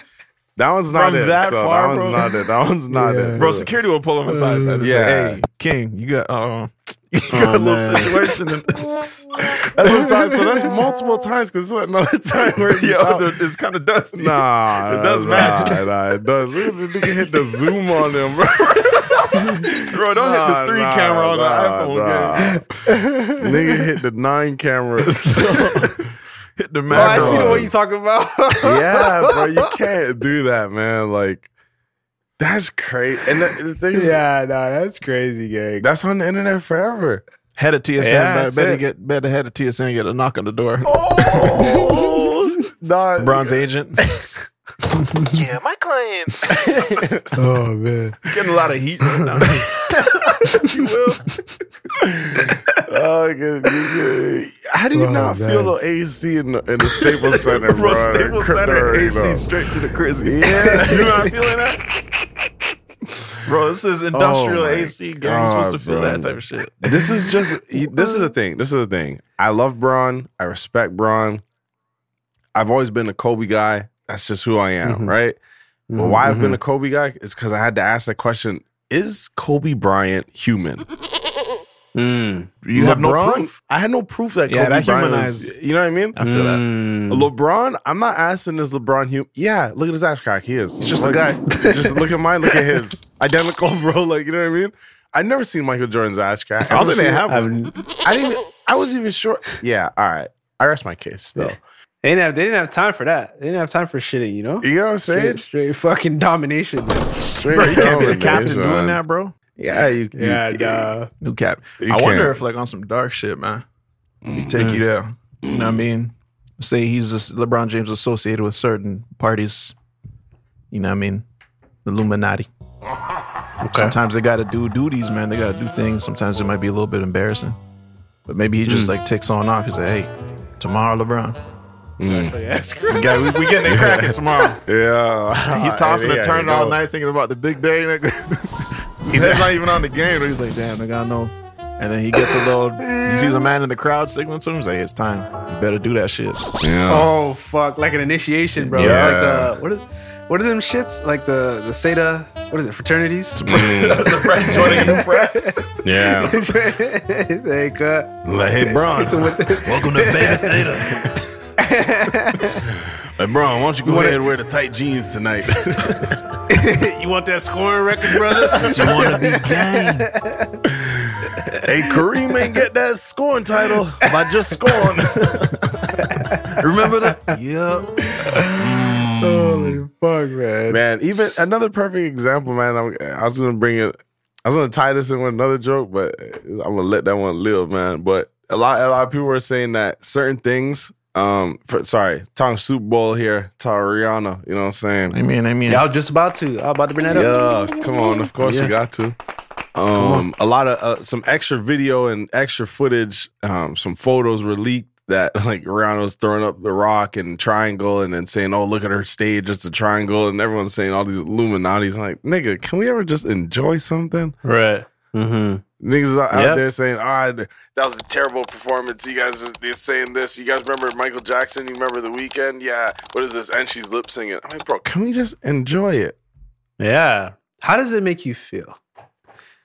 Speaker 2: That one's not
Speaker 1: From
Speaker 2: it.
Speaker 1: that
Speaker 2: so
Speaker 1: far,
Speaker 2: that one's
Speaker 1: bro?
Speaker 2: not it. That one's not it,
Speaker 1: Bro, security will pull him aside, man. It's
Speaker 2: Yeah.
Speaker 1: Like, hey, King, you got, uh, you got a little
Speaker 3: man.
Speaker 1: situation in this.
Speaker 2: That's one time. So that's multiple times because it's another time where he's
Speaker 1: Yo,
Speaker 2: out.
Speaker 1: there- it's kind of dusty.
Speaker 2: Nah,
Speaker 1: It does
Speaker 2: nah,
Speaker 1: match.
Speaker 2: Nah, it does. Look at the nigga hit the zoom on him, bro.
Speaker 1: Bro, don't hit the three
Speaker 2: Nah,
Speaker 1: camera on
Speaker 2: nah,
Speaker 1: the iPhone, gang.
Speaker 2: nah. nigga hit the nine cameras.
Speaker 1: Hit the
Speaker 2: Oh, I
Speaker 1: macro.
Speaker 2: see the one you
Speaker 3: talking about.
Speaker 2: yeah, bro, you can't do that, man. Like, that's crazy. And the, the thing is,
Speaker 3: yeah, nah, that's crazy, gang.
Speaker 2: that's on the internet forever.
Speaker 1: Head of TSN.
Speaker 3: Yeah,
Speaker 1: better,
Speaker 3: that's
Speaker 1: better
Speaker 3: it.
Speaker 1: get better head of TSN and get a knock on the door.
Speaker 2: Nah,
Speaker 1: Bronze agent.
Speaker 2: yeah, my client.
Speaker 3: Oh man.
Speaker 1: Getting a lot of heat right now. you will.
Speaker 2: Oh, good, good, good. How do you
Speaker 3: Oh,
Speaker 2: not feel
Speaker 3: man.
Speaker 2: no AC in the, in the Staples Center,
Speaker 1: Bro,
Speaker 2: bro?
Speaker 1: Staples
Speaker 2: Crap,
Speaker 1: Center
Speaker 2: you
Speaker 1: AC
Speaker 2: know.
Speaker 1: straight to the crazy.
Speaker 2: Yeah,
Speaker 1: You know how I'm feeling that? bro. This is industrial
Speaker 2: Oh my
Speaker 1: AC gang. You're supposed to
Speaker 2: God,
Speaker 1: feel
Speaker 2: bro.
Speaker 1: that type of shit.
Speaker 2: this is just he- this is the thing. This is the thing. I love Braun. I respect Braun. I've always been a Kobe guy. That's just who I am,
Speaker 1: Mm-hmm.
Speaker 3: Mhm.
Speaker 2: right? But why I've been
Speaker 3: Mhm.
Speaker 2: a Kobe guy is because I had to ask that question: Is Kobe Bryant human?
Speaker 3: Mm.
Speaker 1: You have no
Speaker 2: LeBron,
Speaker 1: proof.
Speaker 2: I had no proof that Kobe
Speaker 1: Yeah, that
Speaker 2: Bryant was.
Speaker 1: humanized-
Speaker 2: You know what I mean? Mm-hmm.
Speaker 1: I feel that.
Speaker 3: Mm.
Speaker 2: LeBron, I'm not asking is LeBron human. Yeah, look at his ass crack. He is. He's
Speaker 1: just a guy.
Speaker 2: just look at mine. Look at his. Identical, bro. Like you know what I mean? I never seen Michael Jordan's ass crack. I don't think they have one.
Speaker 3: I've-
Speaker 2: I didn't. Even, I was even sure. Yeah. All right. I rest my case though.
Speaker 3: They didn't, have, they didn't have time for that. They didn't have time for shitting, you know?
Speaker 2: You know what I'm
Speaker 3: Straight,
Speaker 2: saying?
Speaker 3: straight fucking domination. man.
Speaker 1: Bro, you can't be the
Speaker 2: domination.
Speaker 1: captain doing that, bro.
Speaker 2: Yeah. You, you-
Speaker 3: Yeah, duh.
Speaker 1: New cap. I
Speaker 2: You
Speaker 1: wonder
Speaker 2: can't. Mm-hmm.
Speaker 1: if like on some dark shit, man. He take you there. You know what I mean? Say he's just LeBron James associated with certain parties. You know what I mean? The Illuminati. Sometimes they gotta do duties, man. They gotta do things. Sometimes it might be a little bit embarrassing. But maybe he
Speaker 2: Mm.
Speaker 1: just like ticks on off. He's like, hey, tomorrow, LeBron.
Speaker 2: Mm.
Speaker 3: Yeah, screw
Speaker 1: We, got, we, we getting it cracking tomorrow.
Speaker 2: Yeah.
Speaker 1: He's tossing and
Speaker 2: Hey, Uh, yeah,
Speaker 1: turning
Speaker 2: you
Speaker 1: all
Speaker 2: know.
Speaker 1: night thinking about the big day. Nigga. he's not even on the game. but He's like, damn, nigga, I got no. And then he gets a little, he sees a man in the crowd signaling to him. He's like, it's time. You better do that shit.
Speaker 2: Yeah.
Speaker 3: Oh fuck! Like an initiation, bro.
Speaker 2: Yeah.
Speaker 3: It's like the what is what are them shits? Like the the Seda. What is it? Fraternities.
Speaker 2: Mm.
Speaker 1: Fred's joining a new Fred.
Speaker 2: Yeah.
Speaker 3: It's like, uh,
Speaker 2: Like, hey, Bron.
Speaker 1: Welcome to Beta Theta.
Speaker 2: Hey, Bron, why don't you go ahead and wear the tight jeans tonight?
Speaker 3: you want that scoring record, brothers?
Speaker 1: You want to be gang.
Speaker 2: hey, Kareem ain't get that scoring title by just scoring.
Speaker 1: Remember that? Yep.
Speaker 3: Holy fuck, man!
Speaker 2: man, even another perfect example, man. I'm, I was gonna bring it. I was gonna tie this in with another joke, but I'm gonna let that one live, man. But a lot, a lot of people are saying that certain things. Um, for, sorry, talking Super Bowl here, talking Rihanna. You know what I'm saying?
Speaker 1: I mean, I mean.
Speaker 3: Yeah, I was just about to. I was about to bring that up.
Speaker 2: Yeah, come on. Of course you got to. Um, a lot of uh, some extra video and extra footage. Um, some photos were leaked that like Rihanna was throwing up the rock and triangle, and then saying, "Oh, look at her stage, it's a triangle," and everyone's saying all these Illuminati's. I'm like, nigga, can we ever just enjoy something?
Speaker 3: Right. Mm-hmm.
Speaker 2: Niggas are out
Speaker 3: Yep.
Speaker 2: there saying, "All right, that was a terrible performance." You guys are they're saying this. You guys remember Michael Jackson? You remember The Weekend? Yeah. What is this? And she's lip singing. I'm like, bro, can we just enjoy it?
Speaker 3: Yeah. How does it make you feel?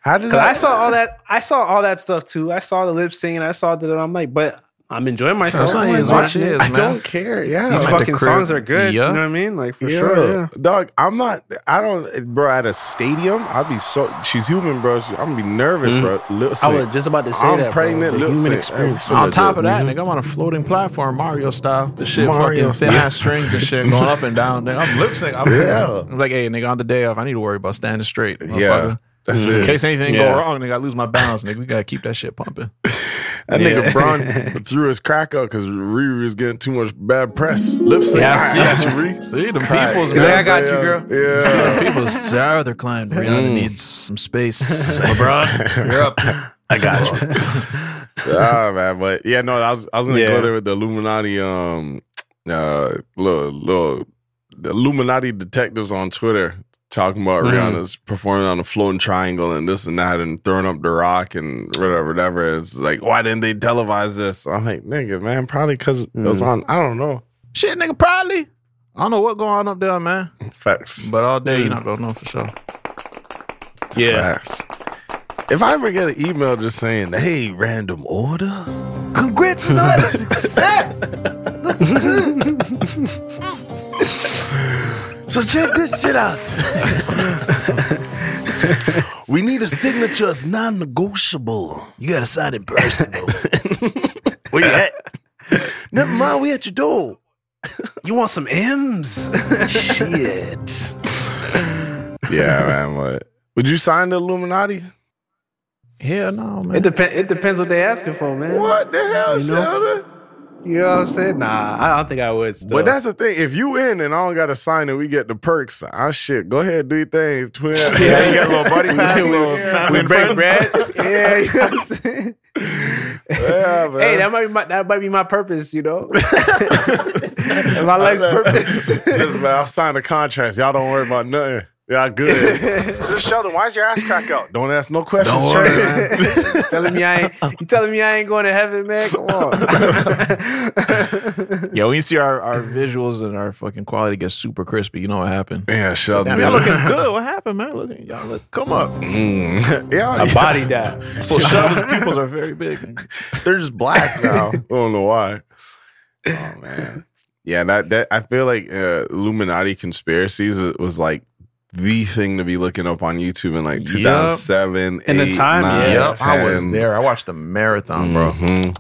Speaker 2: How did
Speaker 3: Cause I saw all that. I saw all that stuff too. I saw the lip singing. I saw that. and I'm like, but I'm enjoying myself.
Speaker 1: That's not
Speaker 3: I'm
Speaker 1: his
Speaker 3: watching
Speaker 1: watch
Speaker 3: it.
Speaker 1: is,
Speaker 2: I
Speaker 1: man.
Speaker 2: don't care. Yeah,
Speaker 3: These
Speaker 1: I'm at the
Speaker 3: fucking
Speaker 1: crib.
Speaker 3: songs are good.
Speaker 1: Yeah.
Speaker 3: You know what I mean? Like for
Speaker 2: Yeah.
Speaker 3: sure. Yeah.
Speaker 2: dog. I'm not. I don't, bro. At a stadium, I'd be so. She's human, bro. She- I'm gonna be nervous, bro. Lip
Speaker 3: I
Speaker 2: sync.
Speaker 3: was just about to say
Speaker 2: I'm
Speaker 3: that.
Speaker 2: pregnant,
Speaker 3: Bro. The
Speaker 2: lip
Speaker 3: human
Speaker 2: sync.
Speaker 3: experience.
Speaker 2: Mm-hmm. I'm
Speaker 1: On top of that,
Speaker 2: Mhm.
Speaker 1: nigga, I'm on a floating platform, Mario style. The shit
Speaker 2: Mario
Speaker 1: fucking thin
Speaker 2: style.
Speaker 1: ass strings and shit going up and down. Nigga, I'm lip sync. I'm,
Speaker 2: Yeah.
Speaker 1: I'm like, hey, nigga, on the day off, I need to worry about standing straight.
Speaker 2: Yeah,
Speaker 1: motherfucker.
Speaker 2: that's
Speaker 1: In
Speaker 3: Mm-hmm.
Speaker 2: it.
Speaker 1: case anything
Speaker 3: Yeah.
Speaker 1: go wrong, nigga, I lose my balance, nigga. We gotta keep that shit pumping.
Speaker 2: that
Speaker 3: Yeah.
Speaker 2: nigga Bron threw his crack up because Riri was getting too much bad press. Lip sync.
Speaker 3: Yeah, I
Speaker 2: I
Speaker 3: see
Speaker 2: got
Speaker 3: that.
Speaker 2: you, Riri.
Speaker 1: See the
Speaker 2: Crack.
Speaker 1: people's
Speaker 2: You know
Speaker 1: man.
Speaker 3: I got
Speaker 2: what I'm
Speaker 3: you,
Speaker 2: saying?
Speaker 1: See
Speaker 2: Yeah.
Speaker 1: the people's our other client. Rihanna needs some space. LeBron, you're up. I got you.
Speaker 2: ah man, but yeah, no, I was I was gonna
Speaker 3: Yeah.
Speaker 2: go there with the Illuminati um uh little little the Illuminati detectives on Twitter talking about Rihanna's performing on a floating triangle and this and that and throwing up the rock and whatever, whatever. It's like, why didn't they televise this? I'm like, nigga, man, probably because it was on. I don't know.
Speaker 1: Shit, nigga, probably. I don't know what going on up there, man.
Speaker 2: Facts,
Speaker 1: But all day, you're not gonna know for sure.
Speaker 3: Yeah.
Speaker 2: facts. If I ever get an email just saying, "Hey, random order, congrats on all the success." so check this shit out. we need a signature. It's non-negotiable.
Speaker 1: You gotta sign in person.
Speaker 2: Where you at? Never mind. We at your door.
Speaker 3: You want some M's?
Speaker 2: Shit. yeah, man. What? Would you sign the Illuminati?
Speaker 1: Hell no, man.
Speaker 3: It depends. It depends what they asking for, man.
Speaker 2: What the hell,
Speaker 3: You know?
Speaker 2: Sheldon?
Speaker 3: You know what I'm saying? Nah, I don't think I would. Still.
Speaker 2: But that's the thing. If you in and I don't got to sign and we get the perks, I shit. Go ahead, do your thing, twin. Yeah,
Speaker 1: you got a little buddy pass,
Speaker 2: a little
Speaker 1: yeah.
Speaker 2: family
Speaker 3: we
Speaker 2: and
Speaker 3: break
Speaker 2: friends.
Speaker 3: bread. yeah. You know what I'm saying?
Speaker 2: Yeah, man.
Speaker 3: Hey, that might be my that might be my purpose. You know, my life's
Speaker 2: I said-
Speaker 3: purpose.
Speaker 2: Listen, man, I'll sign the contracts. Y'all don't worry about nothing. Yeah, good. Just Sheldon, why is your ass crack out? Don't ask no questions.
Speaker 1: Don't worry,
Speaker 2: Trey.
Speaker 3: You telling me I ain't, you telling me I ain't going to heaven, man? Come on.
Speaker 1: Yo, when you see our, our visuals and our fucking quality get super crispy, you know what happened.
Speaker 2: yeah, Sheldon.
Speaker 1: Damn, y'all looking good. What happened, man? Look, y'all look, come up.
Speaker 2: Mm. yeah,
Speaker 3: A body that.
Speaker 1: So Sheldon's pupils are very big.
Speaker 2: They're just black now. I don't know why. Oh man. Yeah, that that I feel like uh, Illuminati conspiracies was like the thing to be looking up on YouTube in like
Speaker 1: Yup.
Speaker 2: 2007,
Speaker 3: In the
Speaker 2: eight,
Speaker 3: time,
Speaker 2: nine,
Speaker 3: yeah.
Speaker 1: Yep, I was
Speaker 2: 10.
Speaker 1: there. I watched the marathon, bro.
Speaker 2: Mhm.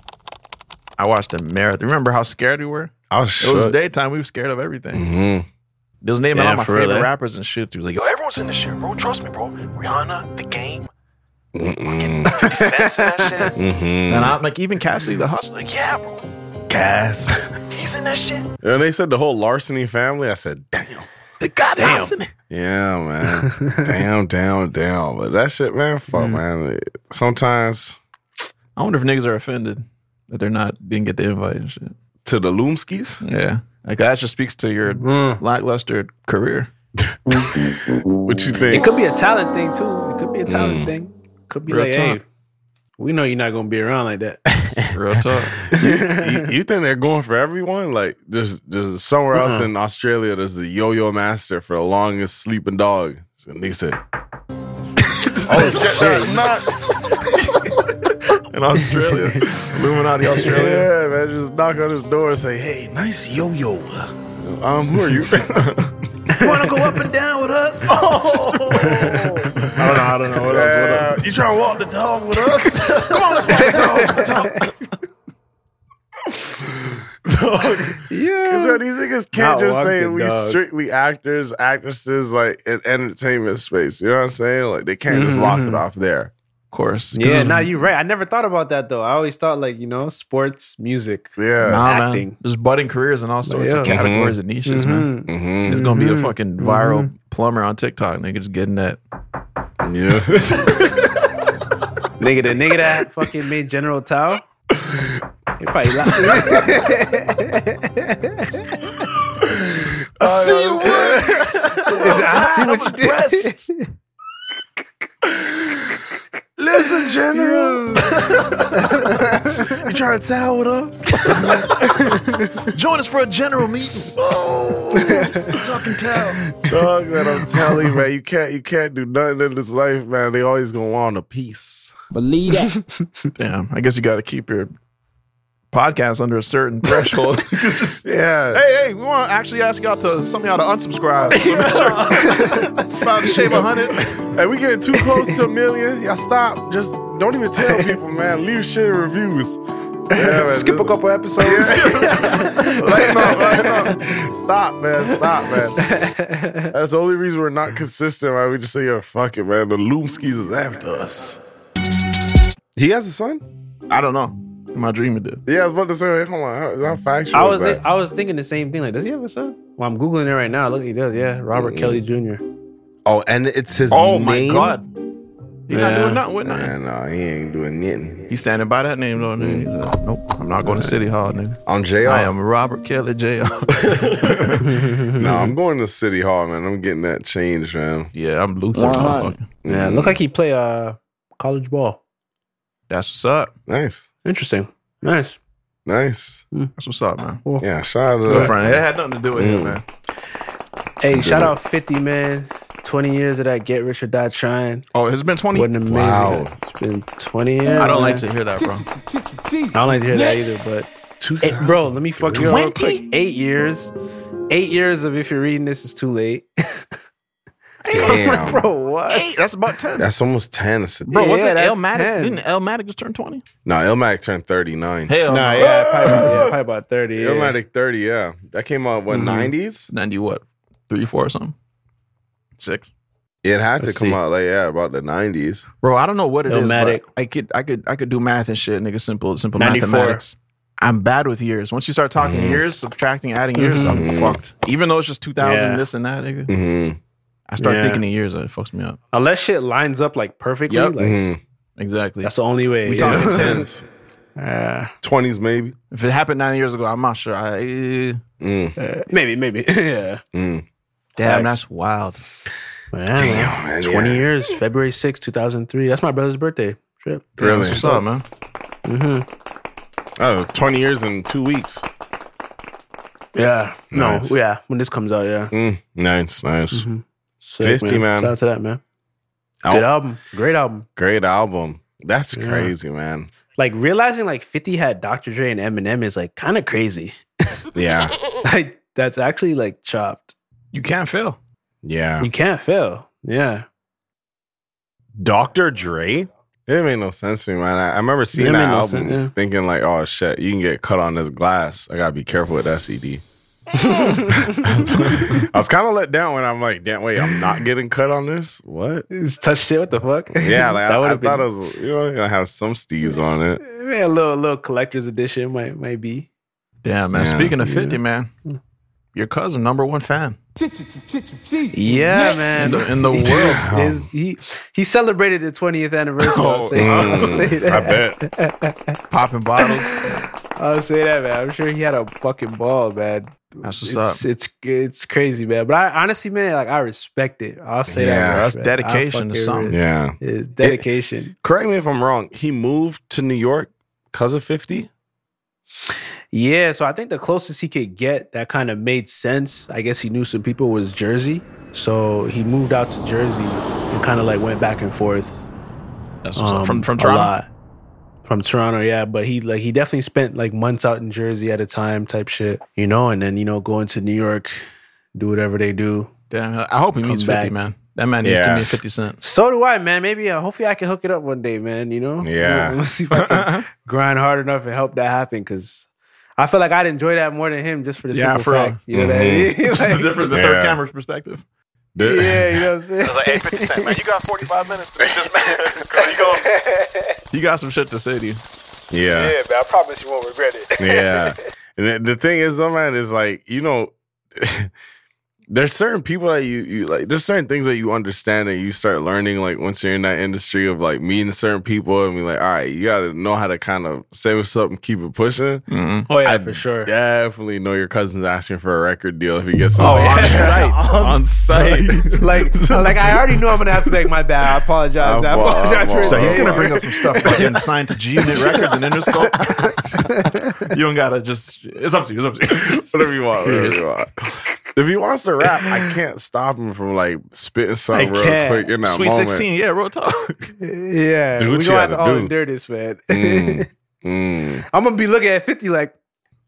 Speaker 1: I watched the marathon. Remember how scared we were?
Speaker 2: I was
Speaker 1: It was
Speaker 2: shook.
Speaker 1: daytime. We were scared of everything.
Speaker 2: Mhm.
Speaker 1: They was naming
Speaker 3: Yeah,
Speaker 1: all my
Speaker 3: for real,
Speaker 1: favorite
Speaker 3: eh?
Speaker 1: rappers and shit. He was like, yo, everyone's in this shit, bro. Trust me, bro. Rihanna, the game,
Speaker 2: Mm-mm.
Speaker 1: sense and that shit.
Speaker 2: Mhm.
Speaker 1: And I'm like, even Cassidy the Hustler, like, yeah, bro.
Speaker 2: Gas.
Speaker 1: He's in that shit.
Speaker 2: and they said the whole larceny family. I said, damn.
Speaker 1: The God
Speaker 3: Damn.
Speaker 1: in it.
Speaker 2: Yeah, man. damn, damn, damn. But that shit, man, fuck, man. Sometimes
Speaker 1: I wonder if niggas are offended that they're not didn't get the invite and shit.
Speaker 2: to the Loomskis.
Speaker 1: Yeah. Like that just speaks to your
Speaker 3: Mm.
Speaker 1: lackluster career.
Speaker 2: What you think?
Speaker 3: It could be a talent thing too. It could be a talent thing. Could be
Speaker 1: Real
Speaker 3: like,
Speaker 1: talk.
Speaker 3: hey, Mm. we know you're not gonna be around like that.
Speaker 1: Real talk.
Speaker 2: you, you think they're going for everyone? Like there's there's somewhere
Speaker 1: Uh-huh.
Speaker 2: else in Australia there's a yo-yo master for the longest sleeping dog. And they said, "Oh shit, in Australia, Illuminati Australia." Yeah, man, just knock on his door and say, "Hey, nice yo-yo." Um, who are you?
Speaker 1: Want to go up and down with us? I don't know. I don't know what else. What else?
Speaker 2: Uh, Oh. you trying to walk the dog with us? Come on, let's walk the dog. Because these niggas can't
Speaker 3: Not
Speaker 2: just
Speaker 3: walk
Speaker 2: say
Speaker 3: the
Speaker 2: we
Speaker 3: dog.
Speaker 2: strictly actors, actresses, like in entertainment space. You know what I'm saying? Like they can't just lock it off there.
Speaker 1: Of course.
Speaker 3: yeah, nah, you're right. I never thought about that though. I always thought like, you know, sports, music.
Speaker 2: Yeah.
Speaker 1: Nah,
Speaker 3: Acting.
Speaker 1: man. There's budding careers in all sorts of
Speaker 3: Yeah. Mm-hmm.
Speaker 1: categories and niches, man.
Speaker 2: Mhm.
Speaker 1: It's gonna be the fucking viral plumber on TikTok, nigga, just getting that.
Speaker 2: Yeah.
Speaker 3: Nigga, the nigga that fucking made General Tao. He probably
Speaker 2: I
Speaker 3: laughed.
Speaker 2: see you
Speaker 3: I see what you did.
Speaker 2: Listen, General. you trying to towel with us?
Speaker 1: Join us for a general meeting. Oh,
Speaker 2: Dog, man, I'm telling you, man, you can't you can't do nothing in this life, man. They always gonna want a piece.
Speaker 7: Believe that.
Speaker 1: Damn. I guess you gotta keep your podcast under a certain threshold. It's just-
Speaker 2: Yeah.
Speaker 1: hey, hey, we want to actually ask y'all to some of y'all to unsubscribe. So make sure- about to shave a hundred.
Speaker 2: Hey, we getting too close to a million. Y'all stop. Just don't even tell people, man. Leave shit in reviews. Yeah, man,
Speaker 3: Skip a
Speaker 2: just-
Speaker 3: couple episodes.
Speaker 2: Lighten up, lighten up. Stop, man. Stop, man. That's the only reason we're not consistent, man. We just say, yo, fuck it, man. The Loomskis is after us. He has a son?
Speaker 1: I don't know. My dream it did.
Speaker 2: Yeah, I was about to say, wait, hold on. How, how factual
Speaker 3: I
Speaker 2: is
Speaker 3: was
Speaker 2: that?
Speaker 3: I was thinking the same thing. Like, does he have a son? Well, I'm googling it right now. Look, he does. Yeah, Robert Kelly Jr.
Speaker 2: oh, and it's his
Speaker 1: Oh my god. He's not
Speaker 3: Yeah.
Speaker 1: doing nothing with nothing.
Speaker 2: Man, no, he ain't doing nothing.
Speaker 1: He's standing by that name though, nigga. He's like, nope, I'm not going to City Hall, nigga.
Speaker 2: I'm JR.
Speaker 1: I am Robert Kelly Jr.
Speaker 2: No, I'm going to City Hall, man. I'm getting that change, man. Mm-hmm.
Speaker 1: yeah, I'm Luther. motherfucker.
Speaker 3: Yeah, look like he play uh college ball.
Speaker 1: That's what's up.
Speaker 2: Nice.
Speaker 3: Interesting. Nice.
Speaker 2: Nice.
Speaker 1: That's what's up, man.
Speaker 2: Yeah, shout out to
Speaker 1: Good
Speaker 2: that.
Speaker 1: friend. It had nothing to do with
Speaker 3: Mm.
Speaker 1: him, man.
Speaker 3: Hey, shout out 50 man. 20 years of that get rich or die trying.
Speaker 1: Oh, it's been 20.
Speaker 3: What an amazing.
Speaker 2: Wow.
Speaker 3: It's been 20 years.
Speaker 1: I don't
Speaker 3: man.
Speaker 1: like to hear that, bro.
Speaker 3: I don't like to hear that either, but Hey, bro, let me fuck you up. real quick. Eight years. Eight years of if you're reading this is too late.
Speaker 2: Damn.
Speaker 3: bro, what?
Speaker 1: That's about 10.
Speaker 2: That's almost 10. It's a-
Speaker 1: bro,
Speaker 3: Yeah,
Speaker 1: wasn't
Speaker 3: that's
Speaker 1: El Matic?
Speaker 3: 10.
Speaker 1: Didn't El Matic just turn 20?
Speaker 2: No, Illmatic turned 39.
Speaker 1: Hell
Speaker 3: Nah,
Speaker 1: no.
Speaker 3: yeah, probably about, yeah, probably about 30. Yeah.
Speaker 2: Illmatic 30, yeah. That came out, what, 90s?
Speaker 1: 90 what? 3, 4 or something? 6?
Speaker 2: It had to
Speaker 3: Let's
Speaker 2: come
Speaker 3: see.
Speaker 2: out, like, yeah, about the 90s.
Speaker 1: Bro, I don't know what it is. but
Speaker 3: Illmatic.
Speaker 1: I could I could I could do math and shit, nigga. Simple simple
Speaker 3: 94.
Speaker 1: mathematics. I'm bad with years. Once you start talking
Speaker 3: Mm.
Speaker 1: years, subtracting, adding years, I'm fucked. Even though it's just 2000
Speaker 3: Mm-hmm. Yeah.
Speaker 1: this and that, nigga.
Speaker 2: Mm-hmm.
Speaker 1: I start
Speaker 3: Yeah.
Speaker 1: thinking in years, it fucks me up.
Speaker 3: Unless shit lines up like perfectly,
Speaker 1: Yep.
Speaker 3: like
Speaker 2: Mm-hmm.
Speaker 1: Exactly.
Speaker 3: that's the only way.
Speaker 1: we
Speaker 3: you know?
Speaker 1: talking 10s.
Speaker 2: 20s, maybe.
Speaker 1: If it happened 9 years ago, I'm not sure. I, eh,
Speaker 2: Mm.
Speaker 3: Maybe, maybe. yeah.
Speaker 2: Mm.
Speaker 1: damn,
Speaker 3: Facts.
Speaker 1: that's wild.
Speaker 3: Yeah,
Speaker 2: Damn,
Speaker 3: man.
Speaker 2: man,
Speaker 3: 20
Speaker 2: yeah.
Speaker 3: years, February sixth, two 2003. That's my brother's birthday. Trip. Mm-hmm.
Speaker 2: Really?
Speaker 1: That's what's up, man?
Speaker 2: Oh, 20 years in two weeks.
Speaker 3: Yeah. No,
Speaker 2: Nice.
Speaker 3: yeah. When this comes out, yeah. Mm-hmm.
Speaker 2: Mm, nice, nice.
Speaker 3: Sick,
Speaker 2: 50, man.
Speaker 3: Shout out to that, man.
Speaker 2: Al-
Speaker 3: Good album. Great album.
Speaker 2: Great album. That's crazy, man.
Speaker 3: Like realizing like 50 had Dr. Dre and Eminem is like kind of crazy.
Speaker 2: Yeah,
Speaker 3: like that's actually like chopped.
Speaker 1: You can't fail.
Speaker 2: yeah.
Speaker 3: You can't fail. Yeah.
Speaker 2: Dr. Dre? It didn't make no sense to me, man. I, I remember seeing
Speaker 3: It
Speaker 2: that
Speaker 3: made no
Speaker 2: album
Speaker 3: sense, yeah.
Speaker 2: thinking like, oh shit, you can get cut on this glass. I gotta be careful with that CD. I was kind of let down when I'm like, damn, wait, I'm not getting cut on this? What?
Speaker 3: It's touch shit. What the fuck?
Speaker 2: Yeah, like I, I
Speaker 3: would've
Speaker 2: thought it
Speaker 3: been-
Speaker 2: was, you know, gonna have some steez on it.
Speaker 3: Yeah, a little little collector's edition might might be.
Speaker 1: Damn, man.
Speaker 2: Yeah.
Speaker 1: Speaking of 50, man, your cousin, number one fan.
Speaker 3: Yeah, man.
Speaker 1: In the, in the world.
Speaker 3: His- he he celebrated the 20th anniversary. I'll,
Speaker 1: Oh,
Speaker 3: say, I'll say
Speaker 2: Mm, I
Speaker 3: that.
Speaker 2: bet.
Speaker 1: Popping bottles.
Speaker 3: I'll say that, man. I'm sure he had a fucking ball, man.
Speaker 1: That's what's
Speaker 3: It's,
Speaker 1: up.
Speaker 3: it's it's crazy, man. But I honestly, man, like I respect it. I'll say
Speaker 2: Yeah,
Speaker 3: that. much,
Speaker 1: that's
Speaker 3: man.
Speaker 1: dedication to
Speaker 3: I fucking
Speaker 1: something.
Speaker 3: re-
Speaker 2: Yeah.
Speaker 3: It's dedication.
Speaker 2: Correct me if I'm wrong. He moved to New York because of 50?
Speaker 3: yeah, so I think the closest he could get that kind of made sense. I guess he knew some people was Jersey, so he moved out to Jersey and kind of like went back and forth
Speaker 1: That's what's up.
Speaker 3: um,
Speaker 1: From, from
Speaker 3: a
Speaker 1: Toronto.
Speaker 3: lot. From Toronto, yeah, but he like he definitely spent like months out in Jersey at a time, type shit, you know, and then you know going to New York, do whatever they do.
Speaker 1: Damn, I hope he meets 50,
Speaker 3: back.
Speaker 1: man. That man needs
Speaker 2: Yeah.
Speaker 1: to meet 50 Cent.
Speaker 3: So do I, man. Maybe uh, hopefully I can hook it up one day, man. You know,
Speaker 2: Yeah.
Speaker 3: Let's see if I can grind hard enough and help that happen because I feel like I'd enjoy that more than him just for the
Speaker 1: Yeah,
Speaker 3: simple
Speaker 1: for real.
Speaker 3: fact. You know what I mean?
Speaker 1: It's
Speaker 3: Like,
Speaker 1: the different, the
Speaker 2: Yeah.
Speaker 1: third camera's perspective.
Speaker 3: yeah, you know what I'm saying.
Speaker 2: you got 45 minutes to this man. you going
Speaker 1: You got some shit to say to you.
Speaker 2: Yeah. Yeah, but I promise you won't regret it. yeah. And the, the thing is, though, man, is like, you know, there's certain people that you, you like, there's certain things that you understand that you start learning, like, once you're in that industry of like meeting certain people and be like, all right, you got to know how to kind of say what's up and keep it pushing.
Speaker 3: oh yeah, for sure.
Speaker 2: Definitely know your cousin's asking for a record deal if he gets something.
Speaker 3: Oh, yeah.
Speaker 1: on, site.
Speaker 3: like, like I already know I'm gonna have to make my bad. I apologize. I,
Speaker 2: I wa- I
Speaker 3: apologize for
Speaker 2: wa-
Speaker 3: it.
Speaker 1: So he's gonna
Speaker 2: Yeah.
Speaker 1: bring up some stuff fucking signed to G Unit Records and Interscope. you don't gotta just. It's up to you. It's up to you.
Speaker 2: whatever you want. Whatever you want. If he wants to rap, I can't stop him from like spitting something
Speaker 3: I
Speaker 2: real
Speaker 3: can't.
Speaker 2: quick in that
Speaker 1: Sweet
Speaker 2: moment.
Speaker 1: sixteen. Yeah, real talk.
Speaker 3: Yeah,
Speaker 2: Do what
Speaker 3: we
Speaker 2: you
Speaker 3: gonna have
Speaker 2: gotta
Speaker 3: to all
Speaker 2: do.
Speaker 3: endure this, man.
Speaker 2: Mm. Mm.
Speaker 3: I'm gonna be looking at 50 like,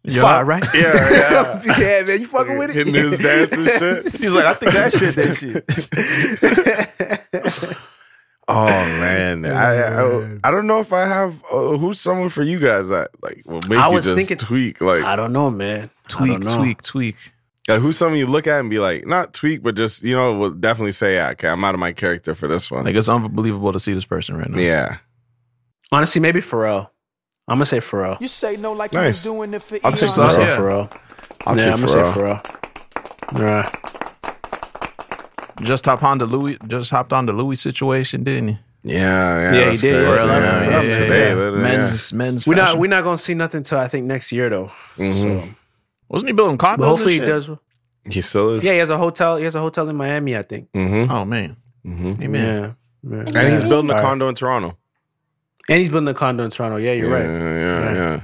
Speaker 3: it's
Speaker 1: Yeah.
Speaker 3: fire, right?
Speaker 2: Yeah, Oh, yeah.
Speaker 3: yeah, man, you fucking with it.
Speaker 2: Hitting his dance and shit.
Speaker 1: He's like, I think that shit. That shit.
Speaker 2: Oh man, I, I I don't know if I have uh, who's someone for you guys that like will make
Speaker 3: I
Speaker 2: you
Speaker 3: was
Speaker 2: just
Speaker 3: thinking-
Speaker 2: tweak like,
Speaker 3: I don't know, man. I
Speaker 1: Tweak,
Speaker 3: don't know.
Speaker 1: tweak, tweak.
Speaker 2: like who's someone you look at and be like not tweak but just you know will definitely say yeah okay I'm out of my character for this one
Speaker 1: Like it's unbelievable to see this person right now.
Speaker 3: uh,
Speaker 2: yeah
Speaker 3: Honestly, maybe Pharrell. I'm gonna say Pharrell.
Speaker 2: nice I'll take
Speaker 3: I'm
Speaker 1: Yeah.
Speaker 3: gonna say
Speaker 2: Pharrell
Speaker 3: Pharrell.
Speaker 2: Oh, I'll
Speaker 3: yeah,
Speaker 2: take
Speaker 3: I'm gonna
Speaker 2: Pharrell.
Speaker 3: say Pharrell. Yeah.
Speaker 1: Just hop on to Louis. Just hopped on the Louis situation, didn't he?
Speaker 2: yeah yeah
Speaker 3: Yeah, he
Speaker 2: that's crazy.
Speaker 3: did. Pharrell,
Speaker 2: yeah,
Speaker 3: yeah,
Speaker 2: that's
Speaker 3: yeah,
Speaker 2: today
Speaker 3: yeah.
Speaker 2: that- yeah.
Speaker 1: Men's men's.
Speaker 3: We're not
Speaker 1: fashion.
Speaker 3: we're not gonna see nothing until I think next year though.
Speaker 2: Mm-hmm.
Speaker 3: So
Speaker 1: Wasn't he building
Speaker 3: but
Speaker 1: condos?
Speaker 3: hopefully he
Speaker 1: and shit?
Speaker 3: does.
Speaker 2: he still is
Speaker 3: Yeah, he has a hotel. He has a hotel in Miami, I think.
Speaker 2: mm-hmm.
Speaker 1: Oh man.
Speaker 2: Mm-hmm.
Speaker 1: Amen.
Speaker 3: Yeah. yeah.
Speaker 2: and he's building a
Speaker 3: Fire.
Speaker 2: condo in Toronto
Speaker 3: And he's building a condo in Toronto. Yeah, you're right.
Speaker 2: Yeah, yeah,
Speaker 3: Yeah.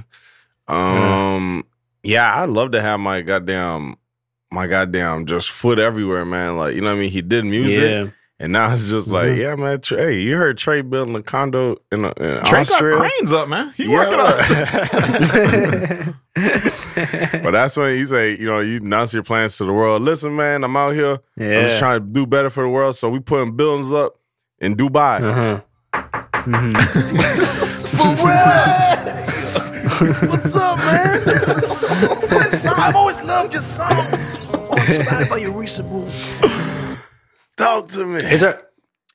Speaker 2: yeah. Um, yeah. I'd love to have my goddamn, my goddamn, just foot everywhere, man. Like, you know what I mean? He did music,
Speaker 3: Yeah.
Speaker 2: and now it's just like,
Speaker 3: Mhm.
Speaker 2: yeah, man. Trey, you heard Trey building a condo in, uh, in
Speaker 1: Trey got
Speaker 2: Australia.
Speaker 1: cranes up, man. He
Speaker 2: Yeah.
Speaker 1: working up.
Speaker 2: but that's when you say, you know, you announce your plans to the world. Listen, man, I'm out here. I'm just
Speaker 3: Yeah.
Speaker 2: trying to do better for the world. So we putting buildings up in Dubai.
Speaker 3: Uh-huh.
Speaker 6: What's up, man? I've always loved your songs. I'm inspired by your recent moves.
Speaker 2: Talk to me.
Speaker 3: Is there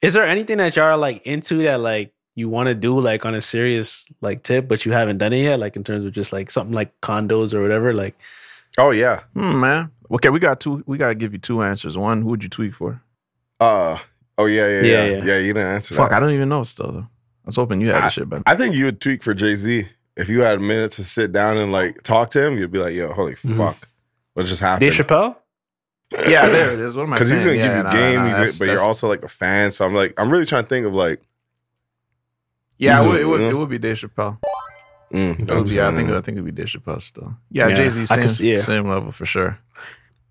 Speaker 3: is there anything that y'all are like into that like you want to do like on a serious like tip, but you haven't done it yet? Like in terms of just like something like condos or whatever. Like
Speaker 2: oh yeah.
Speaker 1: Hmm, man. Okay, we got two. We gotta give you two answers. One, who would you tweak for?
Speaker 2: Uh. Oh yeah, yeah, yeah,
Speaker 3: Yeah,
Speaker 2: yeah.
Speaker 3: yeah.
Speaker 2: you didn't answer that.
Speaker 1: Fuck, I don't even know still. Though. I was hoping you had the shit, but
Speaker 2: I think you would tweak for Jay Z if you had a minute
Speaker 1: Mm-hmm.
Speaker 2: to sit down and like talk to him. You'd be like, "Yo, holy fuck, what just happened?"
Speaker 3: Dave Chappelle.
Speaker 1: Yeah, there it is. What am I
Speaker 2: because
Speaker 1: saying?
Speaker 2: he's gonna
Speaker 1: Yeah,
Speaker 2: give you
Speaker 1: nah,
Speaker 2: game
Speaker 1: nah,
Speaker 2: music,
Speaker 1: that's-
Speaker 2: but you're
Speaker 1: that's-
Speaker 2: also like a fan. So I'm like, I'm really trying to think of like,
Speaker 1: Yeah, it
Speaker 2: he's
Speaker 1: would,
Speaker 2: a-
Speaker 1: it, would,
Speaker 2: you know?
Speaker 1: it would be Dave Chappelle.
Speaker 2: mm,
Speaker 1: It would be, I think
Speaker 2: mm.
Speaker 1: I think it'd be Dave Chappelle still. Yeah,
Speaker 3: Yeah,
Speaker 1: Jay Z
Speaker 3: I
Speaker 1: same
Speaker 3: can see- yeah.
Speaker 1: same level for sure.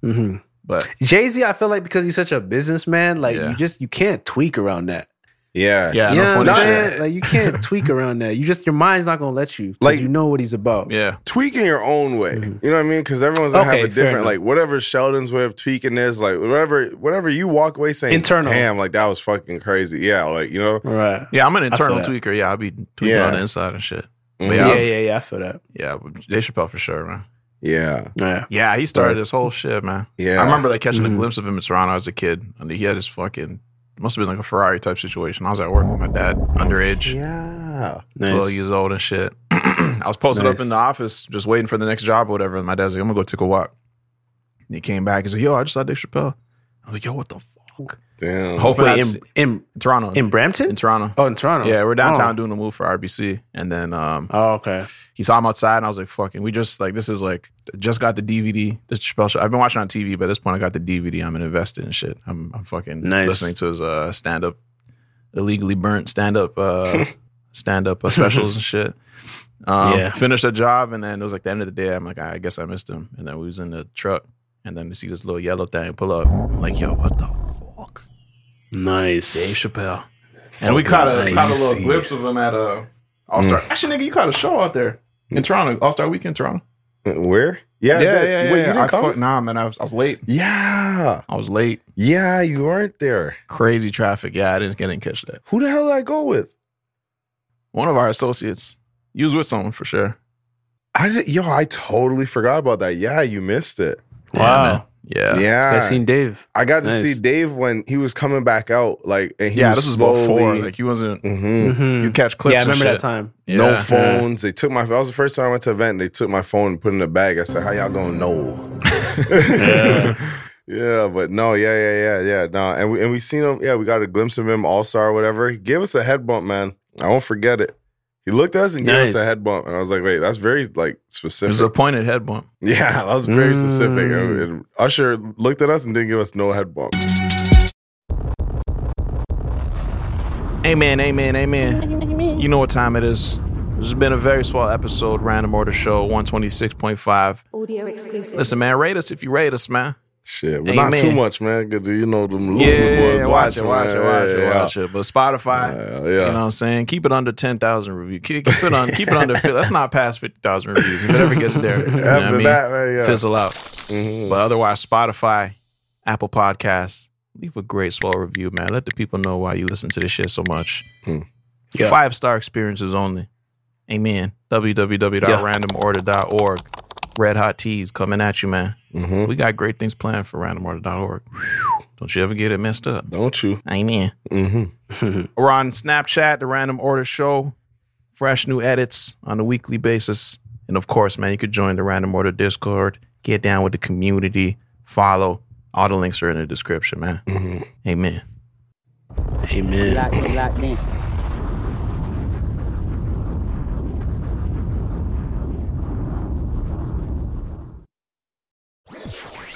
Speaker 3: Mm-hmm.
Speaker 1: But
Speaker 3: Jay Z, I feel like because he's such a businessman, like
Speaker 1: Yeah.
Speaker 3: you just you can't tweak around that.
Speaker 2: yeah,
Speaker 1: yeah,
Speaker 3: You
Speaker 1: no
Speaker 3: know what
Speaker 1: funny
Speaker 3: I'm
Speaker 2: shit.
Speaker 3: saying? Like you can't tweak around that. You just your mind's not gonna let you. Like
Speaker 2: Like-
Speaker 3: you know what he's about.
Speaker 1: shit. yeah.
Speaker 2: tweak in your own way.
Speaker 1: Mm-hmm.
Speaker 2: You know what I mean? Because everyone's gonna
Speaker 3: Okay,
Speaker 2: have a
Speaker 3: fair
Speaker 2: different
Speaker 3: enough.
Speaker 2: like whatever Sheldon's way of tweaking is, like whatever whatever you walk away saying
Speaker 3: Internal.
Speaker 2: Damn, like that was fucking crazy. Yeah, like you know.
Speaker 3: Right.
Speaker 1: Yeah, I'm an
Speaker 3: feel
Speaker 1: internal
Speaker 3: that.
Speaker 1: tweaker. Yeah, I'll be tweaking
Speaker 2: Yeah.
Speaker 1: on the inside and shit. But
Speaker 2: Mhm.
Speaker 1: yeah,
Speaker 3: Yeah,
Speaker 1: yeah,
Speaker 3: yeah, yeah. I feel that.
Speaker 1: yeah, but Dave Chappelle for sure, man.
Speaker 2: Yeah,
Speaker 3: Yeah.
Speaker 1: Yeah, he started this whole shit, man.
Speaker 2: Yeah.
Speaker 1: I remember like catching
Speaker 3: Mhm.
Speaker 1: a glimpse of him in Toronto as a kid. And he had his fucking must have been like a Ferrari type situation. I was at work with my dad, underage,
Speaker 2: yeah.
Speaker 3: Nice.
Speaker 1: 12 years old and shit. I was posted up
Speaker 3: Nice.
Speaker 1: in the office just waiting for the next job or whatever. And my dad's like, I'm gonna go take a walk. And he came back. He's like, Yo, I just saw Dave Chappelle. I was like, Yo, what the fuck?
Speaker 2: Damn.
Speaker 1: Hopefully
Speaker 3: Wait,
Speaker 1: that's
Speaker 3: in, in
Speaker 1: Toronto.
Speaker 3: in Brampton?
Speaker 1: in Toronto.
Speaker 3: oh, in Toronto.
Speaker 1: Yeah, we're
Speaker 3: Oh.
Speaker 1: downtown doing a move for RBC. And then um
Speaker 3: Oh, okay.
Speaker 1: he saw him outside and I was like, fucking, we just like, this is like, just got the DVD. This Chappelle show. I've been watching on TV, but at this point I got the DVD. I'm invested in shit. I'm, I'm fucking
Speaker 3: Nice.
Speaker 1: listening to his uh, stand up, illegally burnt stand up, uh, stand up uh, specials and shit. Um,
Speaker 3: Yeah.
Speaker 1: Finished the job and then it was like the end of the day. I'm like, I guess I missed him. And then we was in the truck and then we see this little yellow thing pull up. I'm like, yo, what the fuck? Dave
Speaker 3: Nice.
Speaker 1: Chappelle. And we caught a,
Speaker 3: Nice.
Speaker 1: caught a little glimpse of him at a All Star. Actually, nigga, you caught a show out there in Toronto, All Star Weekend, Toronto.
Speaker 2: Where? Yeah, that- Wait, you didn't
Speaker 1: I
Speaker 2: come?
Speaker 1: fuck- nah, man, I was, I was late.
Speaker 2: yeah,
Speaker 1: I was late.
Speaker 2: yeah. You weren't there.
Speaker 1: Crazy traffic. Yeah, I didn't get didn't catch that.
Speaker 2: Who the hell did I go with?
Speaker 1: One of our associates. You was with someone for sure.
Speaker 2: I did, yo, I totally forgot about that. Yeah, you missed it.
Speaker 3: Wow.
Speaker 1: Yeah. Yeah.
Speaker 2: yeah,
Speaker 3: I seen Dave.
Speaker 2: I got to
Speaker 3: Nice.
Speaker 2: see Dave when he was coming back out. Like, and he
Speaker 1: yeah
Speaker 2: was
Speaker 1: this was Mm.
Speaker 2: slowly,
Speaker 1: before. Like you wasn't
Speaker 2: Mhm.
Speaker 3: Mhm.
Speaker 1: you catch clips.
Speaker 3: Yeah, I remember
Speaker 1: and
Speaker 3: that
Speaker 1: shit.
Speaker 3: time.
Speaker 1: Yeah.
Speaker 2: No phones. They took my. That was the first time I went to an event. They took my phone and put it in the bag. I said, "How y'all gonna know?" yeah. but no, yeah, yeah, yeah, yeah. No, and we and we seen him. Yeah, we got a glimpse of him, All Star, whatever. He gave us a head bump, man. I won't forget it. He looked at us and gave us
Speaker 3: Nice.
Speaker 2: a head bump, and I was like, "Wait, that's very like
Speaker 1: It
Speaker 2: specific."
Speaker 1: was a pointed head bump.
Speaker 2: Yeah, that was very specific.
Speaker 3: Mm.
Speaker 2: And Usher looked at us and didn't give us no head bump.
Speaker 1: Amen, amen, amen. You know what time it is. This has been a very swell episode, Random Order Show 126.5.
Speaker 5: Audio exclusive.
Speaker 1: Listen, man, rate us if you rate us, man.
Speaker 2: Shit, but not
Speaker 1: Amen.
Speaker 2: too much, man. Because you know them little
Speaker 1: Yeah,
Speaker 2: boys
Speaker 1: watch it,
Speaker 2: watching,
Speaker 1: watch it,
Speaker 2: man.
Speaker 1: watch it,
Speaker 2: Yeah,
Speaker 1: watch it. But Spotify,
Speaker 2: Yeah, yeah.
Speaker 1: you know what I'm saying? Keep it under 10,000 reviews. Keep, keep it on, keep it under, fi- let's not pass 50,000 reviews. If it ever gets there, you know what I
Speaker 2: After
Speaker 1: mean?
Speaker 2: that, man, yeah. Mm-hmm.
Speaker 1: fizzle out. But otherwise, Spotify, Apple Podcasts, leave a great swell review, man. Let the people know why you listen to this shit so much.
Speaker 2: Hmm.
Speaker 3: Yeah.
Speaker 1: Five star experiences only. Amen. www.randomorder.org. Red Hot Teas coming at you, man.
Speaker 2: Mhm.
Speaker 1: We got great things planned for randomorder.org. Don't you ever get it messed up.
Speaker 2: Don't you?
Speaker 1: Amen.
Speaker 2: hmm
Speaker 1: We're on Snapchat, the Random Order Show. Fresh new edits on a weekly basis. And of course, man, you could join the Random Order Discord, get down with the community, follow. All the links are in the description, man. Amen.
Speaker 3: Amen.
Speaker 4: Locked in. Locked in.